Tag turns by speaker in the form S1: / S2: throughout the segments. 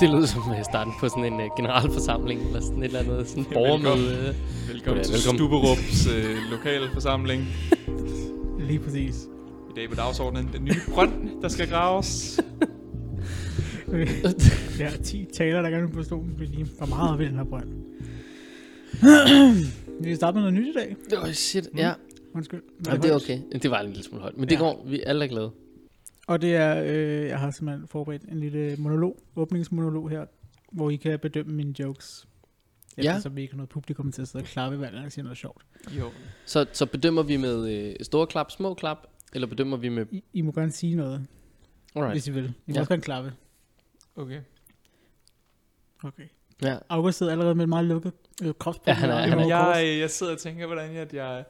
S1: det lød som øh, starten på sådan en øh, generalforsamling, eller sådan et eller andet sådan borgermøde.
S2: Velkommen
S1: Ja,
S2: til
S1: velkommen.
S2: Stubberups øh, lokalforsamling.
S3: Lige præcis.
S2: I dag på dagsordenen den nye brønd, der skal graves.
S3: Okay. Der er 10 taler, der gerne vil på stolen, fordi de er for meget ved den her brønd. Vi kan starte med noget nyt i dag.
S1: Åh, oh, shit, ja.
S3: Undskyld. Hvad
S1: Jamen, det er
S3: højt?
S1: okay. Det var en lille smule højt, men det
S3: Ja.
S1: går. Vi alle er glade.
S3: Og det er, øh, jeg har simpelthen forberedt en lille monolog, åbningsmonolog her, hvor I kan bedømme mine jokes.
S1: Ja.
S3: Eftersom vi ikke har noget publikum til at sidde og klappe, hver gang jeg siger noget sjovt.
S2: Jo.
S1: Så, så bedømmer vi med øh, store klap, små klap, eller bedømmer vi med...
S3: I, I må gerne sige noget, right.
S1: Alright.
S3: hvis I vil. I må
S1: Ja.
S3: ja. også gerne klappe.
S2: Okay.
S3: Okay.
S1: Ja.
S3: August sidder allerede med et meget lukket øh, kropsbrug.
S1: Ja, han er-
S3: Og-
S1: han
S2: Jamen,
S1: er-
S3: og-
S2: jeg, øh, jeg sidder og tænker, hvordan at jeg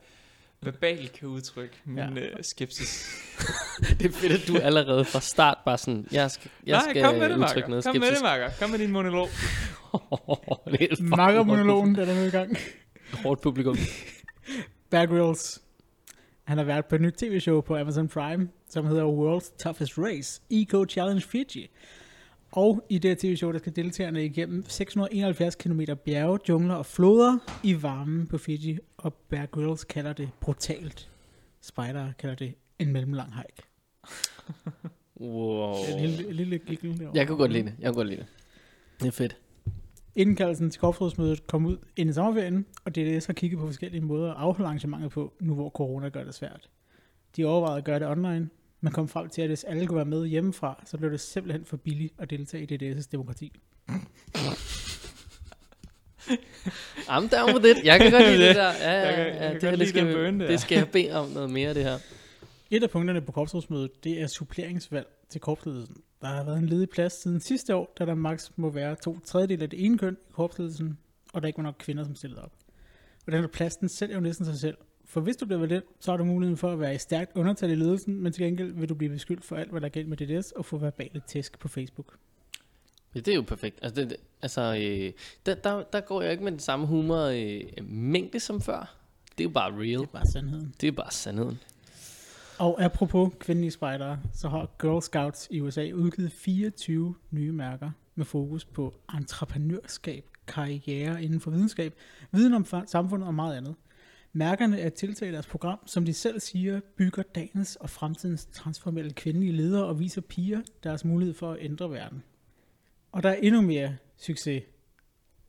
S2: verbalt kan udtrykke min
S3: Ja.
S2: øh, skepsis.
S1: Det er fedt, at du allerede fra start bare sådan, jeg skal, jeg
S2: Nej,
S1: skal
S2: kom med det,
S1: udtrykke
S2: Marker.
S1: noget
S2: Kom med det, Marker. Kom med din monolog.
S1: det er et
S3: Makkermonologen, den er nu i gang.
S1: fucking Hårdt publikum.
S3: Bear Grylls. Han har været på et nyt tv-show på Amazon Prime, som hedder World's Toughest Race, Eco Challenge Fiji. Og i det her tv-show, der skal deltagerne igennem 671 km bjerge, jungler og floder i varmen på Fiji. Og Bear Grylls kalder det brutalt. Spider kalder det en mellemlang hike.
S1: Wow.
S3: En lille, en lille giggle derovre.
S1: Jeg kan godt lide det. Jeg kan godt lide det. Det er fedt.
S3: Indkaldelsen til korpsrådsmødet kom ud inden sommerferien, og DDS har kigget på forskellige måder at afholde arrangementet på, nu hvor corona gør det svært. De overvejede at gøre det online, men kom frem til, at hvis alle kunne være med hjemmefra, så blev det simpelthen for billigt at deltage i DDS' demokrati.
S1: I'm down with it. Jeg kan godt lide det der. Ja, ja,
S2: Jeg kan- jeg
S1: ja,
S2: kan
S1: det, her,
S2: godt lide
S1: det, skal,
S2: den burn
S1: vi-
S2: der.
S1: det skal jeg bede om noget mere, det her.
S3: Et af punkterne på korpsrådsmødet, det er suppleringsvalg til korpsledelsen. Der har været en ledig plads siden sidste år, da der maks må være to tredjedel af det ene køn i korpsledelsen, og der ikke var nok kvinder, som stillede op. Og den her plads, den sælger jo næsten sig selv. For hvis du bliver valgt, så har du muligheden for at være i stærkt undertal i ledelsen, men til gengæld vil du blive beskyldt for alt, hvad der er galt med DDS, og få verbale tæsk på Facebook.
S1: Ja, det er jo perfekt. Altså, det, det- altså øh, der, der, der går jeg ikke med den samme humor øh, mængde som før. Det er jo bare
S3: Det
S1: real.
S3: er bare sandheden.
S1: Det er bare sandheden.
S3: Og apropos kvindelige spejdere, så har Girl Scouts i USA udgivet 24 nye mærker med fokus på entreprenørskab, karriere inden for videnskab, viden om fa- samfundet og meget andet. Mærkerne er et tiltag i deres program, som de selv siger, bygger dagens og fremtidens transformelle kvindelige ledere og viser piger deres mulighed for at ændre verden. Og der er endnu mere succes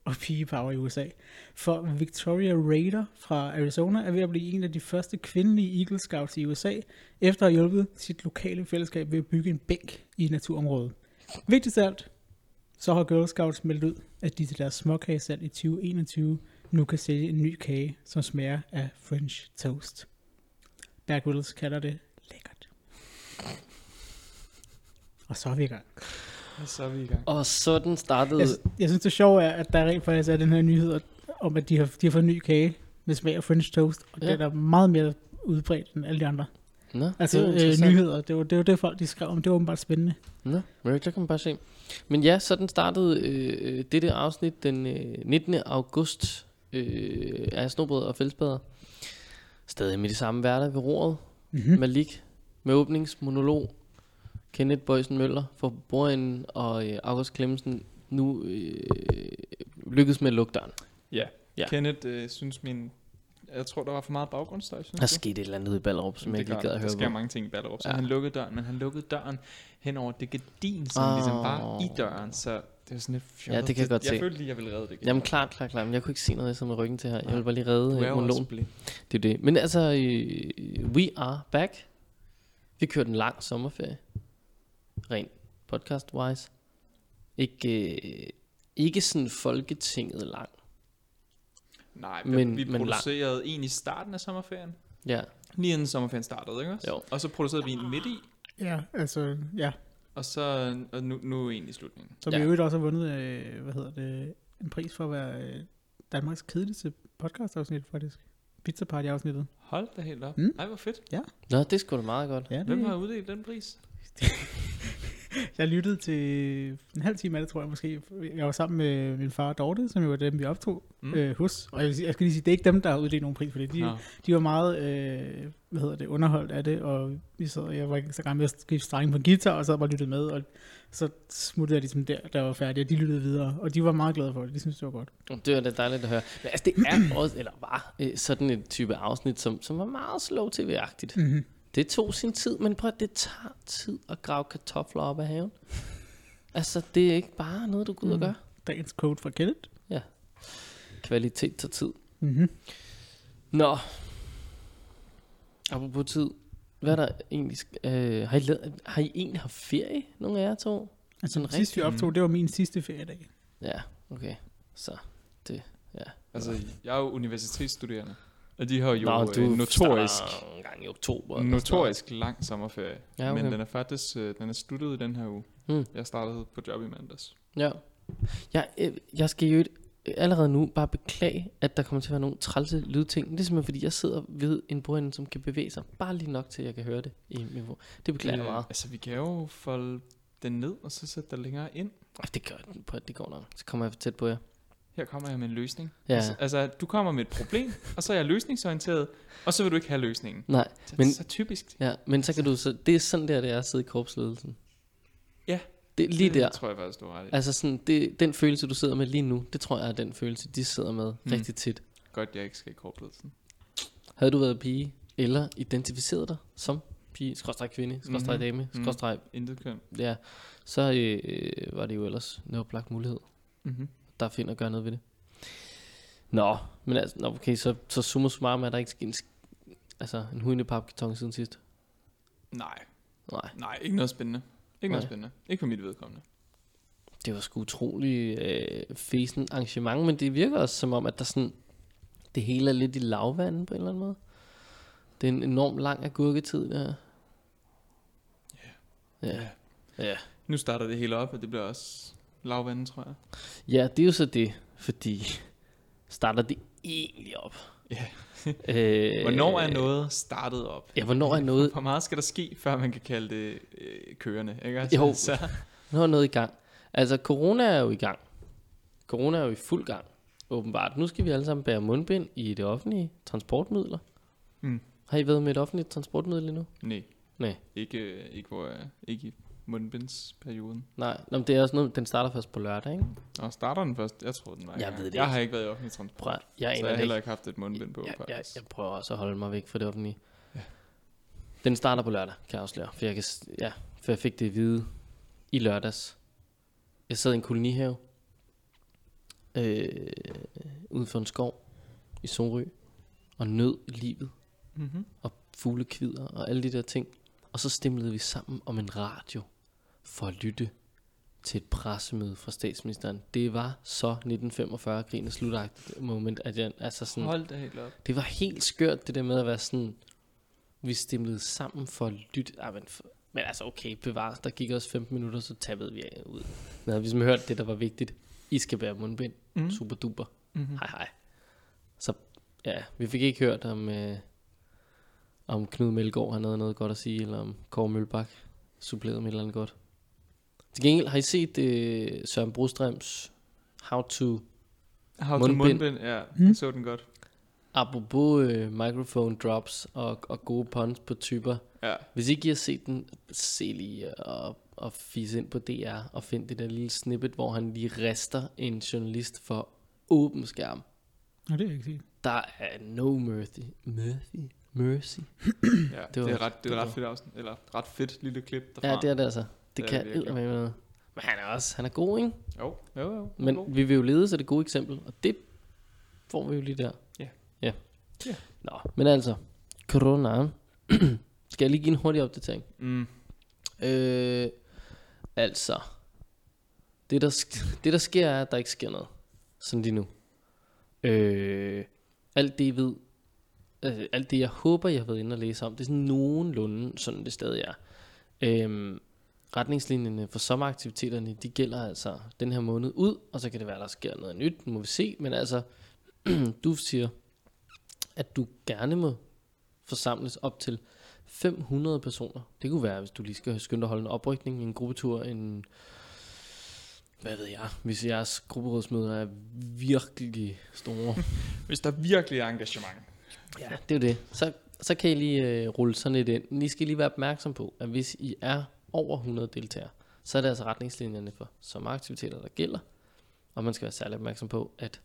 S3: og pigepower i USA. For Victoria Raider fra Arizona er ved at blive en af de første kvindelige Eagle Scouts i USA, efter at have hjulpet sit lokale fællesskab ved at bygge en bænk i et naturområde. Vigtigst af alt, så har Girl Scouts meldt ud, at de til deres småkagesalg i 2021 nu kan sælge en ny kage, som smager af French toast. Bear Grylls kalder det lækkert. Og så er vi i gang.
S2: Og så er vi i gang.
S1: Og sådan startede...
S3: Jeg, jeg synes, det sjove er, at der rent faktisk er den her nyhed om, at de har, de har fået en ny kage med smag af French toast, og
S1: Ja.
S3: ja. den er meget mere udbredt end alle de andre.
S1: Nå,
S3: Altså
S1: det er interessant.
S3: øh, nyheder, det var, det var det, folk de skrev om, det var åbenbart spændende.
S1: Nå, men der kan man bare se. Men ja, sådan startede øh, øh, dette afsnit den øh, 19. august øh, af Snobrød og Fællesbader. Stadig med de samme værter ved roret.
S3: Mm-hmm.
S1: Malik med åbningsmonolog. Kenneth Bøjsen Møller for bordenden og øh, August Clemmensen nu øh, lykkedes med at lukke døren.
S2: Ja.
S1: Ja.
S2: ja. Kenneth øh, synes min... Jeg tror, der var for meget baggrundsstøj, synes
S1: Der
S2: du?
S1: skete et eller andet ude i Ballerup, som jeg
S2: Det er
S1: ikke lige
S2: klart,
S1: gad at
S2: Der sker
S1: høre på.
S2: mange ting i Ballerup, så
S1: Ja.
S2: ja. han lukkede døren, men han lukkede døren hen over det gardin, som oh. ligesom var i
S1: Åh.
S2: døren, så det var sådan lidt fjollet.
S1: Ja, det kan jeg godt
S2: jeg
S1: se.
S2: Jeg følte lige, jeg ville redde det.
S1: Jamen klart, klart, klart. Men jeg kunne ikke se noget, jeg sad med ryggen til her. Jeg ville bare lige redde
S2: du er
S1: øh,
S2: jo også
S1: monologen.
S2: blind.
S1: Det er det. Men altså, øh, we are back. Vi kørte en lang sommerferie. Rent podcast-wise. Ikke, øh, ikke sådan Folketinget lang.
S2: Nej,
S1: Men-
S2: men, vi
S1: men lang.
S2: producerede en i starten af sommerferien.
S1: Ja,
S2: Lige inden sommerferien startede, ikke også?
S1: Jo.
S2: Og så producerede vi en midt i,
S3: Ja, altså, ja. Og
S2: og så og nu, nu en i slutningen.
S3: så vi
S1: Ja.
S3: ja. øvrigt også har vundet, øh, hvad hedder det, en pris for at være øh, Danmarks kedeligste podcastafsnit, faktisk. Pizza Party afsnittet.
S2: Hold da helt op.
S3: Mm.
S2: Mm. Ej, hvor fedt.
S1: nå, det skulle da meget godt.
S3: Ja,
S2: Hvem har uddelt den pris?
S3: Jeg lyttede til en halv time af det, tror jeg måske. Jeg var sammen med min far og Dorte, som jo var dem, vi optog
S2: Mm.
S3: mm. øh, hos. Og jeg, vil sige- jeg skal lige sige, det er ikke dem, der har uddelt nogen pris for det. De,
S2: Nå.
S3: de var meget øh, hvad hedder det, underholdt af det, og vi sad, jeg var ikke så gammel med at skrive strenge på en guitar, og så bare lyttede med, og så smuttede jeg ligesom der, der var færdig, og de lyttede videre, og de var meget glade for det, de syntes det var godt.
S1: Det var da dejligt at høre. Men altså, det er også, eller var, øh, sådan et type afsnit, som, som var meget slow tv-agtigt.
S3: Mm-hmm.
S1: Det tog sin tid, men prøv at det tager tid at grave kartofler op af haven. Altså, det er ikke bare noget, du går ud og
S3: Mm.
S1: gør.
S3: Dagens quote fra Kenneth.
S1: Kvalitet tager tid.
S3: Mm-hmm.
S1: Nå. Apropos tid. Hvad er der egentlig... sk- Øh, har, I lavet, har I egentlig haft ferie, nogle af jer to?
S3: Altså,
S1: Sådan
S3: den sidste vi
S2: rigtig-
S3: optog, det var min sidste feriedag.
S1: Ja, okay. Så.
S2: Altså, jeg er jo universitetsstuderende, og de har jo
S1: Nå,
S2: Nå, øh, notorisk,
S1: starter en gang i oktober. eller sådan noget.
S2: notorisk lang sommerferie.
S1: Ja, okay.
S2: Men den er faktisk øh, den er sluttet i den her uge.
S1: Hmm.
S2: Jeg startede på job i mandags.
S1: Ja. Jeg, øh, jeg skal jo allerede nu bare beklage, at der kommer til at være nogle trælse lydting. Det er simpelthen, fordi jeg sidder ved en bordende, som kan bevæge sig bare lige nok til, at jeg kan høre det i niveau. Det beklager jeg
S2: Øh,
S1: meget.
S2: Altså, vi kan jo folde den ned, og så sætte den længere ind.
S1: Ej, Det gør den på, at det går nok. Så kommer jeg for tæt på jer.
S2: Her kommer jeg med en løsning.
S1: Ja.
S2: Altså, altså, du kommer med et problem, og så er jeg løsningsorienteret, og så vil du ikke have løsningen.
S1: Nej,
S2: Det er
S1: Men-
S2: så typisk.
S1: ja, men så kan du så, det er sådan der, det er at sidde i korpsledelsen.
S2: Ja.
S1: Det er lige
S2: det
S1: der.
S2: tror jeg faktisk, du har ret i.
S1: Altså sådan, det, den følelse, du sidder med lige nu, det tror jeg er den følelse, de sidder med
S2: Mm.
S1: mm. rigtig tit.
S2: Godt, jeg ikke skal i korpsledelsen.
S1: Havde du været pige, eller identificeret dig som pige, skråstrej kvinde, skråstrej
S2: Mhm.
S1: dame,
S2: Mhm.
S1: skråstrej
S2: Intet køn.
S1: Ja, så øh, var det jo ellers en oplagt mulighed,
S2: Mm-hmm.
S1: der finder at gøre noget ved det. Nå, men altså, nå, okay, så, så summa summarum er der ikke en, sk- altså, en hudende papkarton siden sidst.
S2: Nej,
S1: Nej,
S2: nej, ikke noget spændende. Ikke noget
S1: Nej.
S2: spændende. Ikke for mit vedkommende.
S1: det var sgu utrolig øh, fesen arrangement, men det virker også som om, at der sådan, det hele er lidt i lavvanden på en eller anden måde. Det er en enorm lang agurketid, der. Ja. Ja. Ja.
S2: Nu starter det hele op, og det bliver også lavvande, tror jeg.
S1: Ja, det er jo så det, fordi starter det egentlig op?
S2: Ja.
S1: øh,
S2: Hvornår er noget startet op?
S1: Ja, hvornår er noget,
S2: Hvor meget skal der ske, før man kan kalde det øh, kørende? Ikke? Altså,
S1: Jo.
S2: Så,
S1: hvornår er noget i gang? Altså, corona er jo i gang. Corona er jo i fuld gang, åbenbart. Nu skal vi alle sammen bære mundbind i det offentlige transportmidler.
S2: Mm.
S1: Har I været med et offentligt transportmiddel endnu?
S2: nej.
S1: Nej.
S2: Ikke, øh, ikke, hvor, jeg- ikke i mundbindsperioden.
S1: Nej, Nå, men det er også noget, den starter først på lørdag, ikke?
S2: Og starter den først? Jeg tror, den var i
S1: Jeg
S2: gang.
S1: ved det
S2: Jeg
S1: ikke.
S2: har ikke været i offentlig transport.
S1: Prøv, at- jeg aner
S2: så jeg har
S1: det ikke.
S2: heller ikke haft et mundbind på.
S1: jeg, jeg,
S2: faktisk.
S1: jeg prøver også at holde mig væk fra det offentlige. Den starter på lørdag, kan jeg afsløre. For jeg, kan, s- ja, for jeg fik det at vide i lørdags. Jeg sad i en kolonihave. Øh, ude for en skov i Sorø. Og nød livet.
S2: Mhm.
S1: Og fuglekvider og alle de der ting. Og så stemlede vi sammen om en radio for at lytte til et pressemøde fra statsministeren. Det var så 1945-krigens slutagtigt moment, at jeg, altså sådan,
S2: Hold da helt op.
S1: det var helt skørt, det der med at være sådan, vi stemlede sammen for at lytte. Ah, men, for, men altså okay, bevares, der gik også 15 minutter, så tabede vi ud. Men havde vi som hørt det, der var vigtigt. I skal bære mundbind.
S2: Mm.
S1: Mm. Super duper.
S2: Mm-hmm.
S1: Hej hej. Så ja, vi fik ikke hørt om, øh, om Knud Melgaard, han havde noget godt at sige, eller om Kåre Mølbak supplerede med et eller andet godt. Til gengæld har I set øh, Søren Brostrøms How to
S2: Har du
S1: Mundbind.
S2: mundbind? Ja,
S1: Hmm?
S3: Mm.
S2: jeg så den godt.
S1: Apropos øh, microphone drops og, og gode puns på typer.
S2: Ja.
S1: Hvis ikke I har set den, se lige og, og fisse ind på DR og find det der lille snippet, hvor han lige rester en journalist for åben skærm.
S3: Nå, det har jeg ikke set.
S1: Der er no mercy. Mercy? Mercy?
S2: Ja, det,
S1: Det var-
S2: det er ret, det
S1: det
S2: er ret
S1: var-
S2: fedt afsnit, eller ret fedt lille klip derfra.
S1: Ja, det er det altså. Det,
S2: Det er
S1: det kan
S2: det virkelig.
S1: med noget. Men han er også, han er god, ikke?
S2: Jo, jo, jo.
S1: Men
S2: jo.
S1: vi vil jo lede sig det gode eksempel, og det får vi jo lige der.
S2: Ja.
S1: Ja.
S2: Ja.
S1: Nå, men altså, corona. Skal jeg lige give en hurtig opdatering?
S2: Mm.
S1: Øh, altså, det der, sk- det der sker er, at der ikke sker noget, sådan lige nu. Øh, alt det jeg ved, øh, alt det jeg håber, jeg har været inde og læse om, det er sådan nogenlunde, sådan det stadig er. Øh, retningslinjerne for sommeraktiviteterne, de gælder altså den her måned ud, og så kan det være, der sker noget nyt, må vi se, men altså, du siger, at du gerne må forsamles op til 500 personer. Det kunne være, hvis du lige skal skynde dig at holde en oprykning, en gruppetur, en... Hvad ved jeg? Hvis jeres grupperådsmøder er virkelig store.
S2: Hvis der virkelig er engagement.
S1: ja, det er jo det. Så, så kan I lige øh, rulle sådan lidt ind. Men I skal lige være opmærksom på, at hvis I er over 100 deltagere, så er det altså retningslinjerne for sommeraktiviteter, der gælder. Og man skal være særlig opmærksom på, at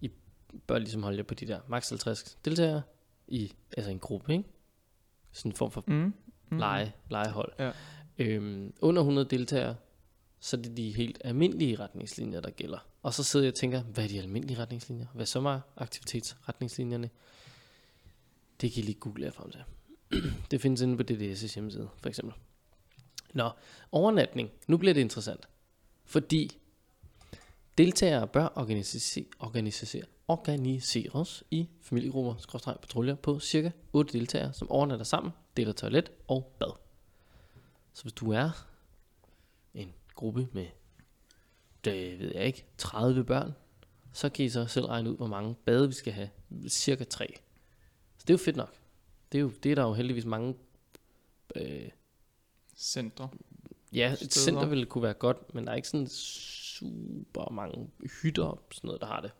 S1: I bør ligesom holde jer på de der maks 50 deltagere i altså en gruppe, ikke? Sådan en form for
S2: Mm.
S1: mm. lege, legehold.
S2: Ja.
S1: Øhm, under 100 deltagere, så er det de helt almindelige retningslinjer, der gælder. Og så sidder jeg og tænker, hvad er de almindelige retningslinjer? Hvad er sommeraktivitetsretningslinjerne? Det kan I lige google jer frem til. det findes inde på DDS' hjemmeside, for eksempel. Nå, overnatning. Nu bliver det interessant. Fordi deltagere bør organisere, organisere, organiseres i familiegrupper, skråstreg patruljer på cirka 8 deltagere, som overnatter sammen, deler toilet og bad. Så hvis du er en gruppe med, det ved jeg ikke, 30 børn, så kan I så selv regne ud, hvor mange bade vi skal have. Cirka 3. Så det er jo fedt nok. Det er, jo, det er der jo heldigvis mange... Øh,
S2: Centre.
S1: ja, et
S2: Steder.
S1: center ville kunne være godt, men der er ikke sådan super mange hytter og sådan noget, der har det.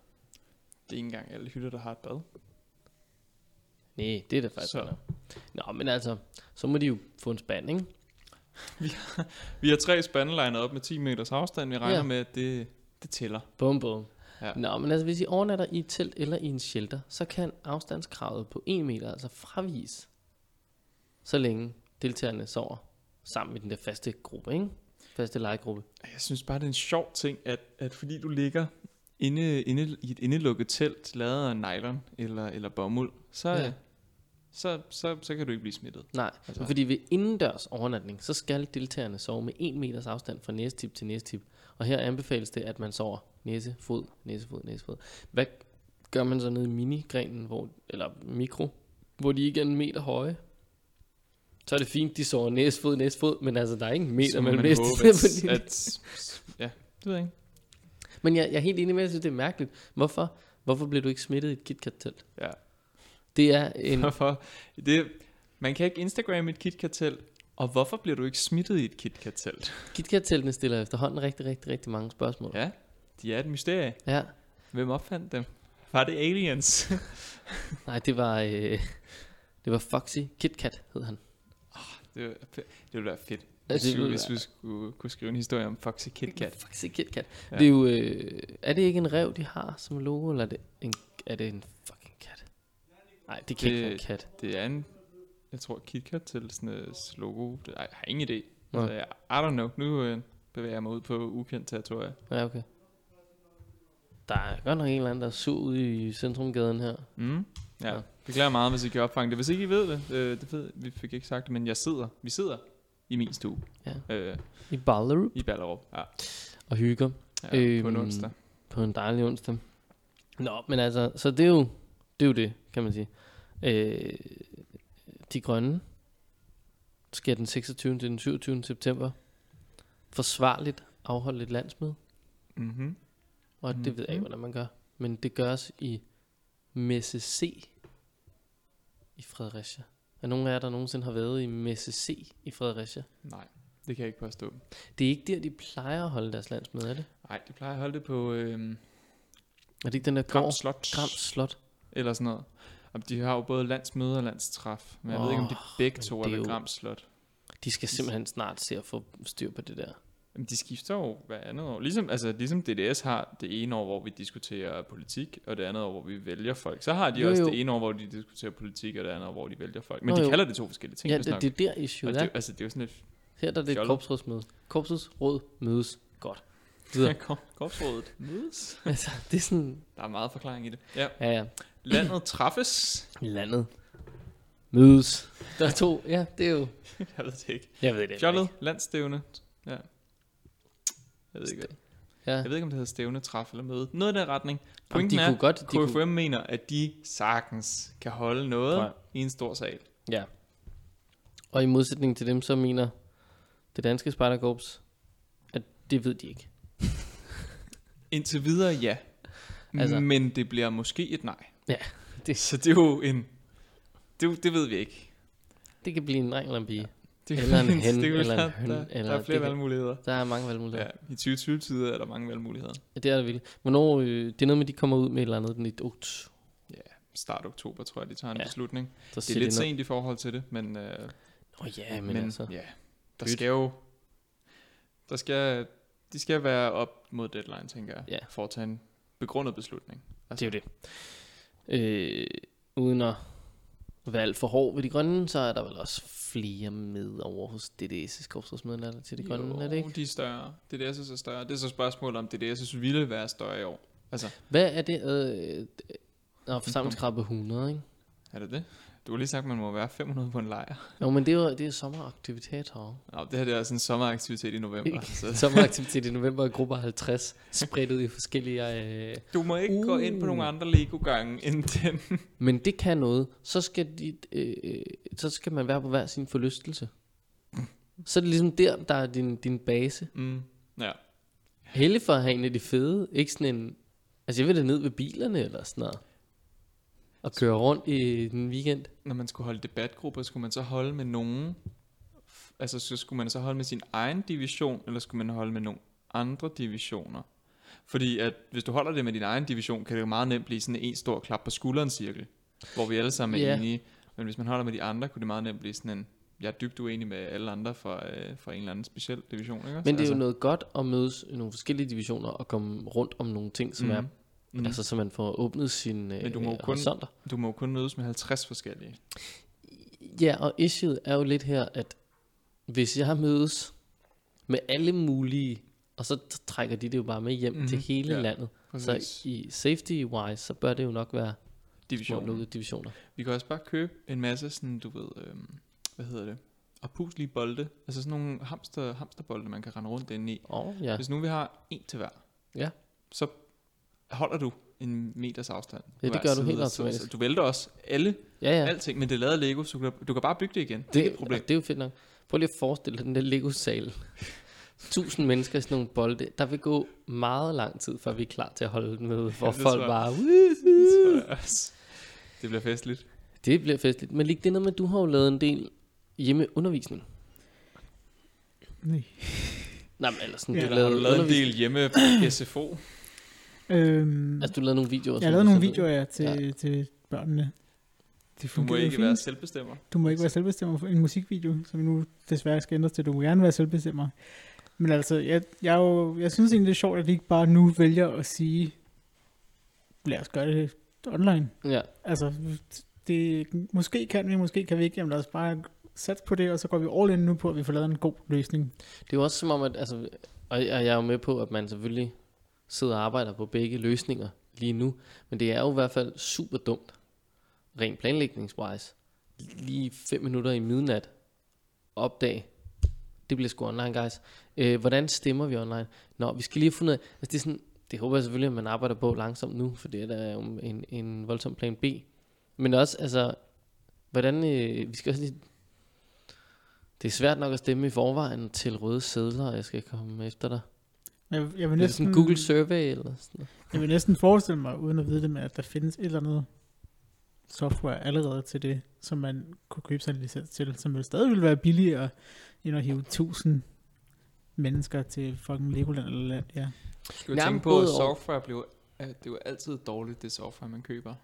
S2: Det er ikke engang alle hytter, der har et bad.
S1: Nej, det er det faktisk.
S2: Så.
S1: Så. Nå, men altså, så må de jo få en spand, ikke?
S2: Vi har tre spande legnet op med 10 meters afstand. Vi regner
S1: Ja.
S2: med, at det, det tæller.
S1: Bum, bum. Ja.
S2: Ja.
S1: Nå, men altså, hvis I overnatter i et telt eller i en shelter, så kan afstandskravet på 1 meter altså fraviges, så længe deltagerne sover sammen med den der faste gruppe, ikke? Faste legegruppe.
S2: Jeg synes bare, det er en sjov ting, at, at fordi du ligger inde, inde, i et indelukket telt, lavet af nylon eller, eller bomuld, så,
S1: Ja.
S2: ja. så, så, så kan du ikke blive smittet.
S1: Nej, altså.
S2: Altså-
S1: fordi ved indendørs overnatning, så skal deltagerne sove med 1 meters afstand fra næsetip til næsetip. Og her anbefales det, at man sover næse, fod, næse, fod, næse, fod. Hvad gør man så nede i minigrenen, hvor, eller mikro, hvor de ikke er en meter høje? Så er det fint, de sover næse, fod, næse, fod, men altså, der er ikke en meter
S2: så må
S1: mellem
S2: man
S1: næse.
S2: håbe,
S1: til-
S2: at, at, ja, det ved jeg ikke.
S1: Men jeg, jeg er helt enig med, at jeg synes, det er mærkeligt. Hvorfor, hvorfor blev du ikke smittet i et KitKat-telt?
S2: Ja.
S1: Det er en...
S2: Hvorfor? Det, man kan ikke Instagram i et KitKat-telt, og hvorfor bliver du ikke smittet i et KitKat-telt?
S1: KitKat-teltene stiller efterhånden rigtig, rigtig, rigtig mange spørgsmål.
S2: Ja, de er et mysterie.
S1: ja.
S2: Hvem opfandt dem? Var det aliens?
S1: Nej, det var, øh, det var Foxy KitKat, hed han.
S2: det, var- det ville være fedt,
S1: Ja,
S2: hvis,
S1: det
S2: vi,
S1: ville
S2: hvis
S1: være-
S2: vi skulle kunne skrive en historie om Foxy KitKat.
S1: Foxy KitKat. Ja.
S2: Ja.
S1: Det er jo, øh, er det ikke en rev, de har som logo, eller er det en, er det en fucking kat? Nej, det kan det... ikke være en
S2: Det-
S1: kat.
S2: Det er en, jeg tror, KitKat til sådan et logo. Det, ej, jeg har ingen idé.
S1: Nej.
S2: Altså, jeg, I don't know. Nu øh, bevæger jeg mig ud på ukendt territorie.
S1: Ja, okay. Der er godt nok en eller anden, der er sur ude i centrumgaden her.
S2: Mm. Ja,
S1: Ja.
S2: ja. beklager meget, hvis I kan opfange det. Hvis ikke I ved det, øh, det ved, vi fik ikke sagt det, men jeg sidder, vi sidder i min stue
S1: Ja.
S2: øh,
S1: I Ballerup
S2: i Ballerup ja,
S1: og hygger.
S2: ja, øhm. på en
S1: Øhm.
S2: onsdag.
S1: på en dejlig onsdag. Nå, men altså, så det er jo det, er jo det kan man sige. Øh, de grønne skal den 26. til den 27. september forsvarligt afholde et landsmøde,
S2: Mm-hmm.
S1: og det ved jeg ikke,
S2: Mhm.
S1: hvordan man gør. Men det gøres i Messe C i Fredericia. Er nogen af jer, der nogensinde har været i Messe C i Fredericia?
S2: Nej, det kan jeg ikke påstå.
S1: Det er ikke der, de plejer at holde deres landsmøde, er det?
S2: Nej, det plejer at holde det på øh,
S1: Er det ikke den der
S2: Gram
S1: gård?
S2: Slot.
S1: Gram Slot.
S2: eller sådan noget. Og de har jo både landsmøde og landstræf, men jeg oh, ved ikke, om de
S1: Åh,
S2: begge
S1: men
S2: to
S1: det
S2: er
S1: er
S2: ved
S1: jo-
S2: Gram Slot.
S1: De skal simpelthen snart se at få styr på det der.
S2: Jamen, de skifter jo hver andet år. Ligesom, altså, ligesom DDS har det ene år, hvor vi diskuterer politik, og det andet år, hvor vi vælger folk. Så har de
S1: Jo,
S2: jo, også
S1: jo.
S2: det ene år, hvor de diskuterer politik, og det andet år, hvor de vælger folk. Men
S1: Nå,
S2: de
S1: jo.
S2: kalder det to forskellige ting.
S1: Ja,
S2: hvis nok.
S1: det, det er der issue
S2: og
S1: er.
S2: det, altså, det er jo sådan lidt...
S1: Her der er det et
S2: fjollet.
S1: korpsrådsmøde. Korpsets råd mødes godt.
S2: Ja,
S1: Videre.
S2: kor- korpsrådet mødes.
S1: altså, det er sådan...
S2: Der er meget forklaring i det. Ja.
S1: Ja, ja.
S2: Landet træffes.
S1: Landet. Mødes. Der er to. Ja, det er jo...
S2: jeg ved det ikke.
S1: Jeg ved det
S2: Fjollet, landstævne. Ja. Jeg ved ikke,
S1: Ja.
S2: Jeg ved ikke, om det hedder stævne, træf eller møde. Noget i den retning.
S1: Jamen,
S2: Pointen
S1: de
S2: er,
S1: kunne godt... De
S2: KFM
S1: kunne,
S2: mener, at de sagtens kan holde noget
S1: Prøv.
S2: i en stor sal.
S1: ja. Og i modsætning til dem, så mener det danske spejderkorps, at det ved de ikke.
S2: Indtil videre, ja.
S1: Altså-
S2: Altså. Men det bliver måske et nej.
S1: Ja, det-
S2: Så det er jo en... Det, er jo- det ved vi ikke.
S1: Det kan blive en dreng eller en pige.
S2: Det kan
S1: Eller en
S2: man-
S1: hen,
S2: det kan
S1: eller en
S2: man-
S1: høn,
S2: der,
S1: eller
S2: der er
S1: det
S2: flere
S1: kan-
S2: valgmuligheder.
S1: Der er mange valgmuligheder.
S2: Ja, I 2020-tider er der mange valgmuligheder.
S1: Ja. Det er der virkelig. Hvornår, øh, det er noget med, de kommer ud med et eller andet, Oh, den i okt.
S2: Start oktober, tror jeg, de tager en
S1: Ja.
S2: ja. beslutning. Det
S1: Der
S2: er lidt sent i forhold til det, men, øh,
S1: Åh oh, ja, men, men altså.
S2: ja, der
S1: Pyt.
S2: skal jo... Der skal, de skal være op mod deadline, tænker jeg,
S1: Ja.
S2: for at tage en begrundet beslutning.
S1: Det er jo det. Øh, uden at være alt for hård ved de grønne, så er der vel også flere med over hos DDS' korpsrådsmedlemmer til de grønne,
S2: jo,
S1: er det ikke?
S2: de er større. DDS er større. Det er så spørgsmålet, om DDS ville være større i år. Altså,
S1: Hvad er det? Øh, d- Nå, forsamlingskrabbe 100, ikke?
S2: er det det? Du har lige sagt, at man må være 500 på en lejr.
S1: Jo, men det er jo det er sommeraktiviteter.
S2: Nå, det her det er sådan en sommeraktivitet i november. så
S1: Sommeraktivitet i november i grupper 50, spredt ud i forskellige... Øh,
S2: Du må ikke uh. gå ind på nogle andre Lego-gange end den.
S1: Men det kan noget. Så skal, de, øh, øh, så skal man være på hver sin forlystelse. Så er det ligesom der, der er din, din base.
S2: Mm. Ja.
S1: Heldig for at have en af de fede. Ikke sådan en... Altså jeg vil da ned ved bilerne eller sådan noget. Og køre rundt i den weekend.
S2: Når man skulle holde debatgrupper, skulle man så holde med nogen? F- Altså, så skulle man så holde med sin egen division, eller skulle man holde med nogle andre divisioner? Fordi at hvis du holder det med din egen division, kan det jo meget nemt blive sådan en stor klap på skulderen cirkel, hvor vi alle sammen er
S1: Ja.
S2: yeah. enige. Men hvis man holder med de andre, kunne det meget nemt blive sådan en, jeg er dybt uenig med alle andre fra, øh, fra en eller anden speciel division, ikke? også? Altså,
S1: Men det er jo noget godt at mødes i nogle forskellige divisioner og komme rundt om nogle ting, som mm. er...
S2: Mm.
S1: Altså så man får åbnet sine øh,
S2: Men du må jo kun-
S1: horisonter.
S2: Du må jo kun mødes med 50 forskellige.
S1: Ja, og issuet er jo lidt her, at hvis jeg mødes med alle mulige, og så t- trækker de det jo bare med hjem mm-hmm.
S2: Mhm,
S1: til hele
S2: ja,
S1: ja, landet, så i safety-wise, så bør det jo nok være små
S2: divisionen.
S1: lukkede divisioner.
S2: Vi kan også bare købe en masse sådan, du ved, øhm, hvad hedder det, opuslige bolde. Altså sådan nogle hamster, hamsterbolde, man kan rende rundt inde i.
S1: Og ja,
S2: Ja. Hvis nu vi har en til hver,
S1: Ja.
S2: så holder du en meters afstand. på
S1: Ja, det
S2: hver
S1: gør du
S2: side,
S1: helt
S2: og så-
S1: automatisk.
S2: så Du vælter også alle,
S1: ja,
S2: ja.
S1: ja.
S2: alting, men det er lavet af Lego, så du kan, du kan bare bygge det igen. Det, er
S1: Det,
S2: et problem.
S1: og det er jo fedt nok. Prøv lige at forestille dig den der Lego-sal. Tusind mennesker i sådan nogle bolde. Der vil gå meget lang tid, før vi er klar til at holde et møde, hvor
S2: det tror
S1: folk
S2: jeg.
S1: bare...
S2: tror jeg også. Det bliver festligt.
S1: Det bliver festligt. Men lige det er noget med, at du har jo lavet en del hjemmeundervisning.
S3: Nej.
S1: Nej, men ellers sådan,
S3: Ja,
S1: du
S2: Eller har du
S1: lavede,
S2: lavet en
S1: undervisning.
S2: del hjemme SFO?
S3: Øhm,
S1: Altså, du lavede nogle videoer.
S3: jeg
S1: som
S3: har lavet
S1: du
S3: nogle
S1: sendte ud.
S3: videoer ja, til, ja. til børnene. Det
S2: Du må
S3: fungerede
S2: ikke
S3: fint.
S2: være selvbestemmer.
S3: Du må ikke være selvbestemmer for en musikvideo, som nu desværre skal ændres til. Du må gerne være selvbestemmer. Men altså, jeg, jeg, er jo, jeg synes egentlig, det er sjovt, at de ikke bare nu vælger at sige, lad os gøre det online.
S1: Ja,
S3: Altså, det, måske kan vi, måske kan vi ikke. Jamen lad os bare satse på det, og så går vi all in nu på, at vi får lavet en god løsning.
S1: det er jo også som om, at, altså, og og jeg er jo med på, at man selvfølgelig sidder og arbejder på begge løsninger lige nu, men det er jo i hvert fald super dumt, rent planlægningswise, lige fem minutter i midnat, opdag, det bliver sgu online, guys. Øh, hvordan stemmer vi online? Nå, vi skal lige have fundet, altså det er sådan, det håber jeg selvfølgelig, at man arbejder på langsomt nu, for det er der jo en, en voldsom plan B. Men også, altså, hvordan, øh, vi skal også lige Det er svært nok at stemme i forvejen til røde sædler, og jeg skal komme efter dig.
S3: Jeg, jeg, vil
S1: Det er det
S3: næsten,
S1: sådan en Google Survey eller sådan noget.
S3: jeg vil næsten forestille mig, uden at vide det, med, at der findes et eller andet software allerede til det, som man kunne købe sig en licens til, som jo stadig ville være billigere, end at hive 1000 mennesker til fucking Legoland eller land. Ja.
S2: Du
S1: Jamen,
S2: kan tænke på,
S1: både
S2: at
S1: og.
S2: software bliver, at det er jo altid dårligt, det software, man køber.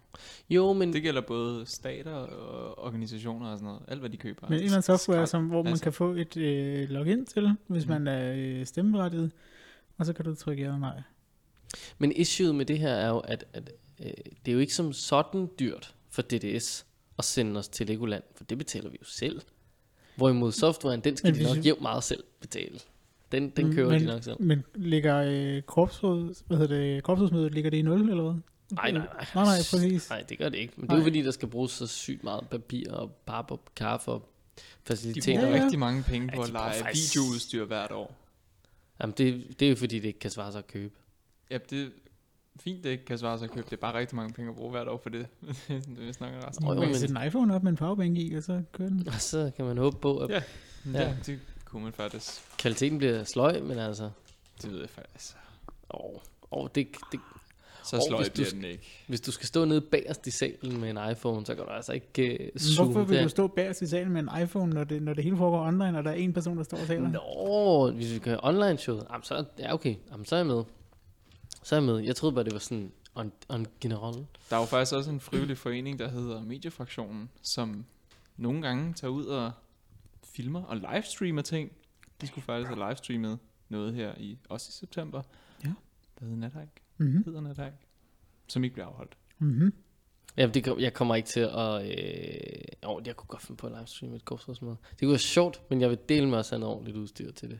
S1: Jo, men
S2: Det gælder både stater og organisationer og sådan noget. Alt, hvad de køber.
S3: Men en eller anden software,
S2: Skrald.
S3: som, hvor man
S2: Altså.
S3: kan få et øh, login til, hvis
S2: Mm.
S3: man er øh, stemmeberettiget, og så kan du trykke ja eller nej.
S1: Men issueet med det her er jo, at, at øh, det er jo ikke som sådan dyrt for DDS at sende os til Legoland, for det betaler vi jo selv. Hvorimod softwaren, den skal
S3: Men
S1: de
S3: hvis
S1: nok
S3: vi-
S1: jævnt meget selv betale. Den, den
S3: Mm,
S1: kører
S3: men-
S1: de nok selv.
S3: Men ligger øh, korpsråd, hvad hedder det, korpsrådsmødet, ligger det i 0 eller hvad?
S1: Nej, nej, nej.
S3: Nej, nej, præcis.
S1: Nej, det gør det ikke. Men det er jo
S3: Nej.
S1: fordi, der skal bruges så sygt meget papir og pap og kaffe og
S2: De
S1: faciliteter.
S2: bruger
S3: Ja, ja.
S2: rigtig mange penge
S1: Ja,
S2: på
S1: de
S2: at
S1: bruger
S2: lege
S1: faktisk-
S2: videoudstyr hvert år.
S1: Jamen, det, det er jo fordi, det ikke kan svare sig at købe.
S2: Ja, det er fint, det ikke kan svare sig at købe. Det er bare rigtig mange penge at bruge hvert år for det. det vi snakker resten.
S1: Åh,
S3: Man
S1: jo,
S3: kan
S1: men-
S3: sætte en iPhone op med en powerbank i, og så kører den.
S1: Og så kan man håbe på, at
S2: Ja.
S1: ja.
S2: Ja. ja, det kunne man faktisk.
S1: kvaliteten bliver sløj, men altså...
S2: Det ved jeg faktisk.
S1: Åh, oh, det, det,
S2: så
S1: Og
S2: slår
S1: hvis
S2: jeg
S1: du
S2: bliver den ikke.
S1: Hvis du skal stå nede bagerst i salen med en iPhone, så kan du altså ikke uh, zoome
S3: Hvorfor vil
S1: der.
S3: du stå bagerst i salen med en iPhone, når det, når det hele foregår online, og der er en person, der står og taler?
S1: Nå, hvis vi kører online showet, jamen, så er, ja, okay, jamen, så er jeg med. Så er jeg med. Jeg troede bare, det var sådan on, on general.
S2: Der er jo faktisk også en frivillig forening, der hedder Mediefraktionen, som nogle gange tager ud og filmer og livestreamer ting. De skulle faktisk have livestreamet noget her i, også i september.
S3: Ja.
S2: Hvad hedder Nathajk?
S3: Mhm.
S2: Hedder Nathajk? Som ikke bliver afholdt.
S3: Mhm.
S1: Jamen, det, kom- jeg kommer ikke til at... Øh, åh, jeg kunne godt finde på at livestreame et korpsrådsmøde. Det kunne være sjovt, men jeg vil dele med os have noget ordentligt udstyr til det.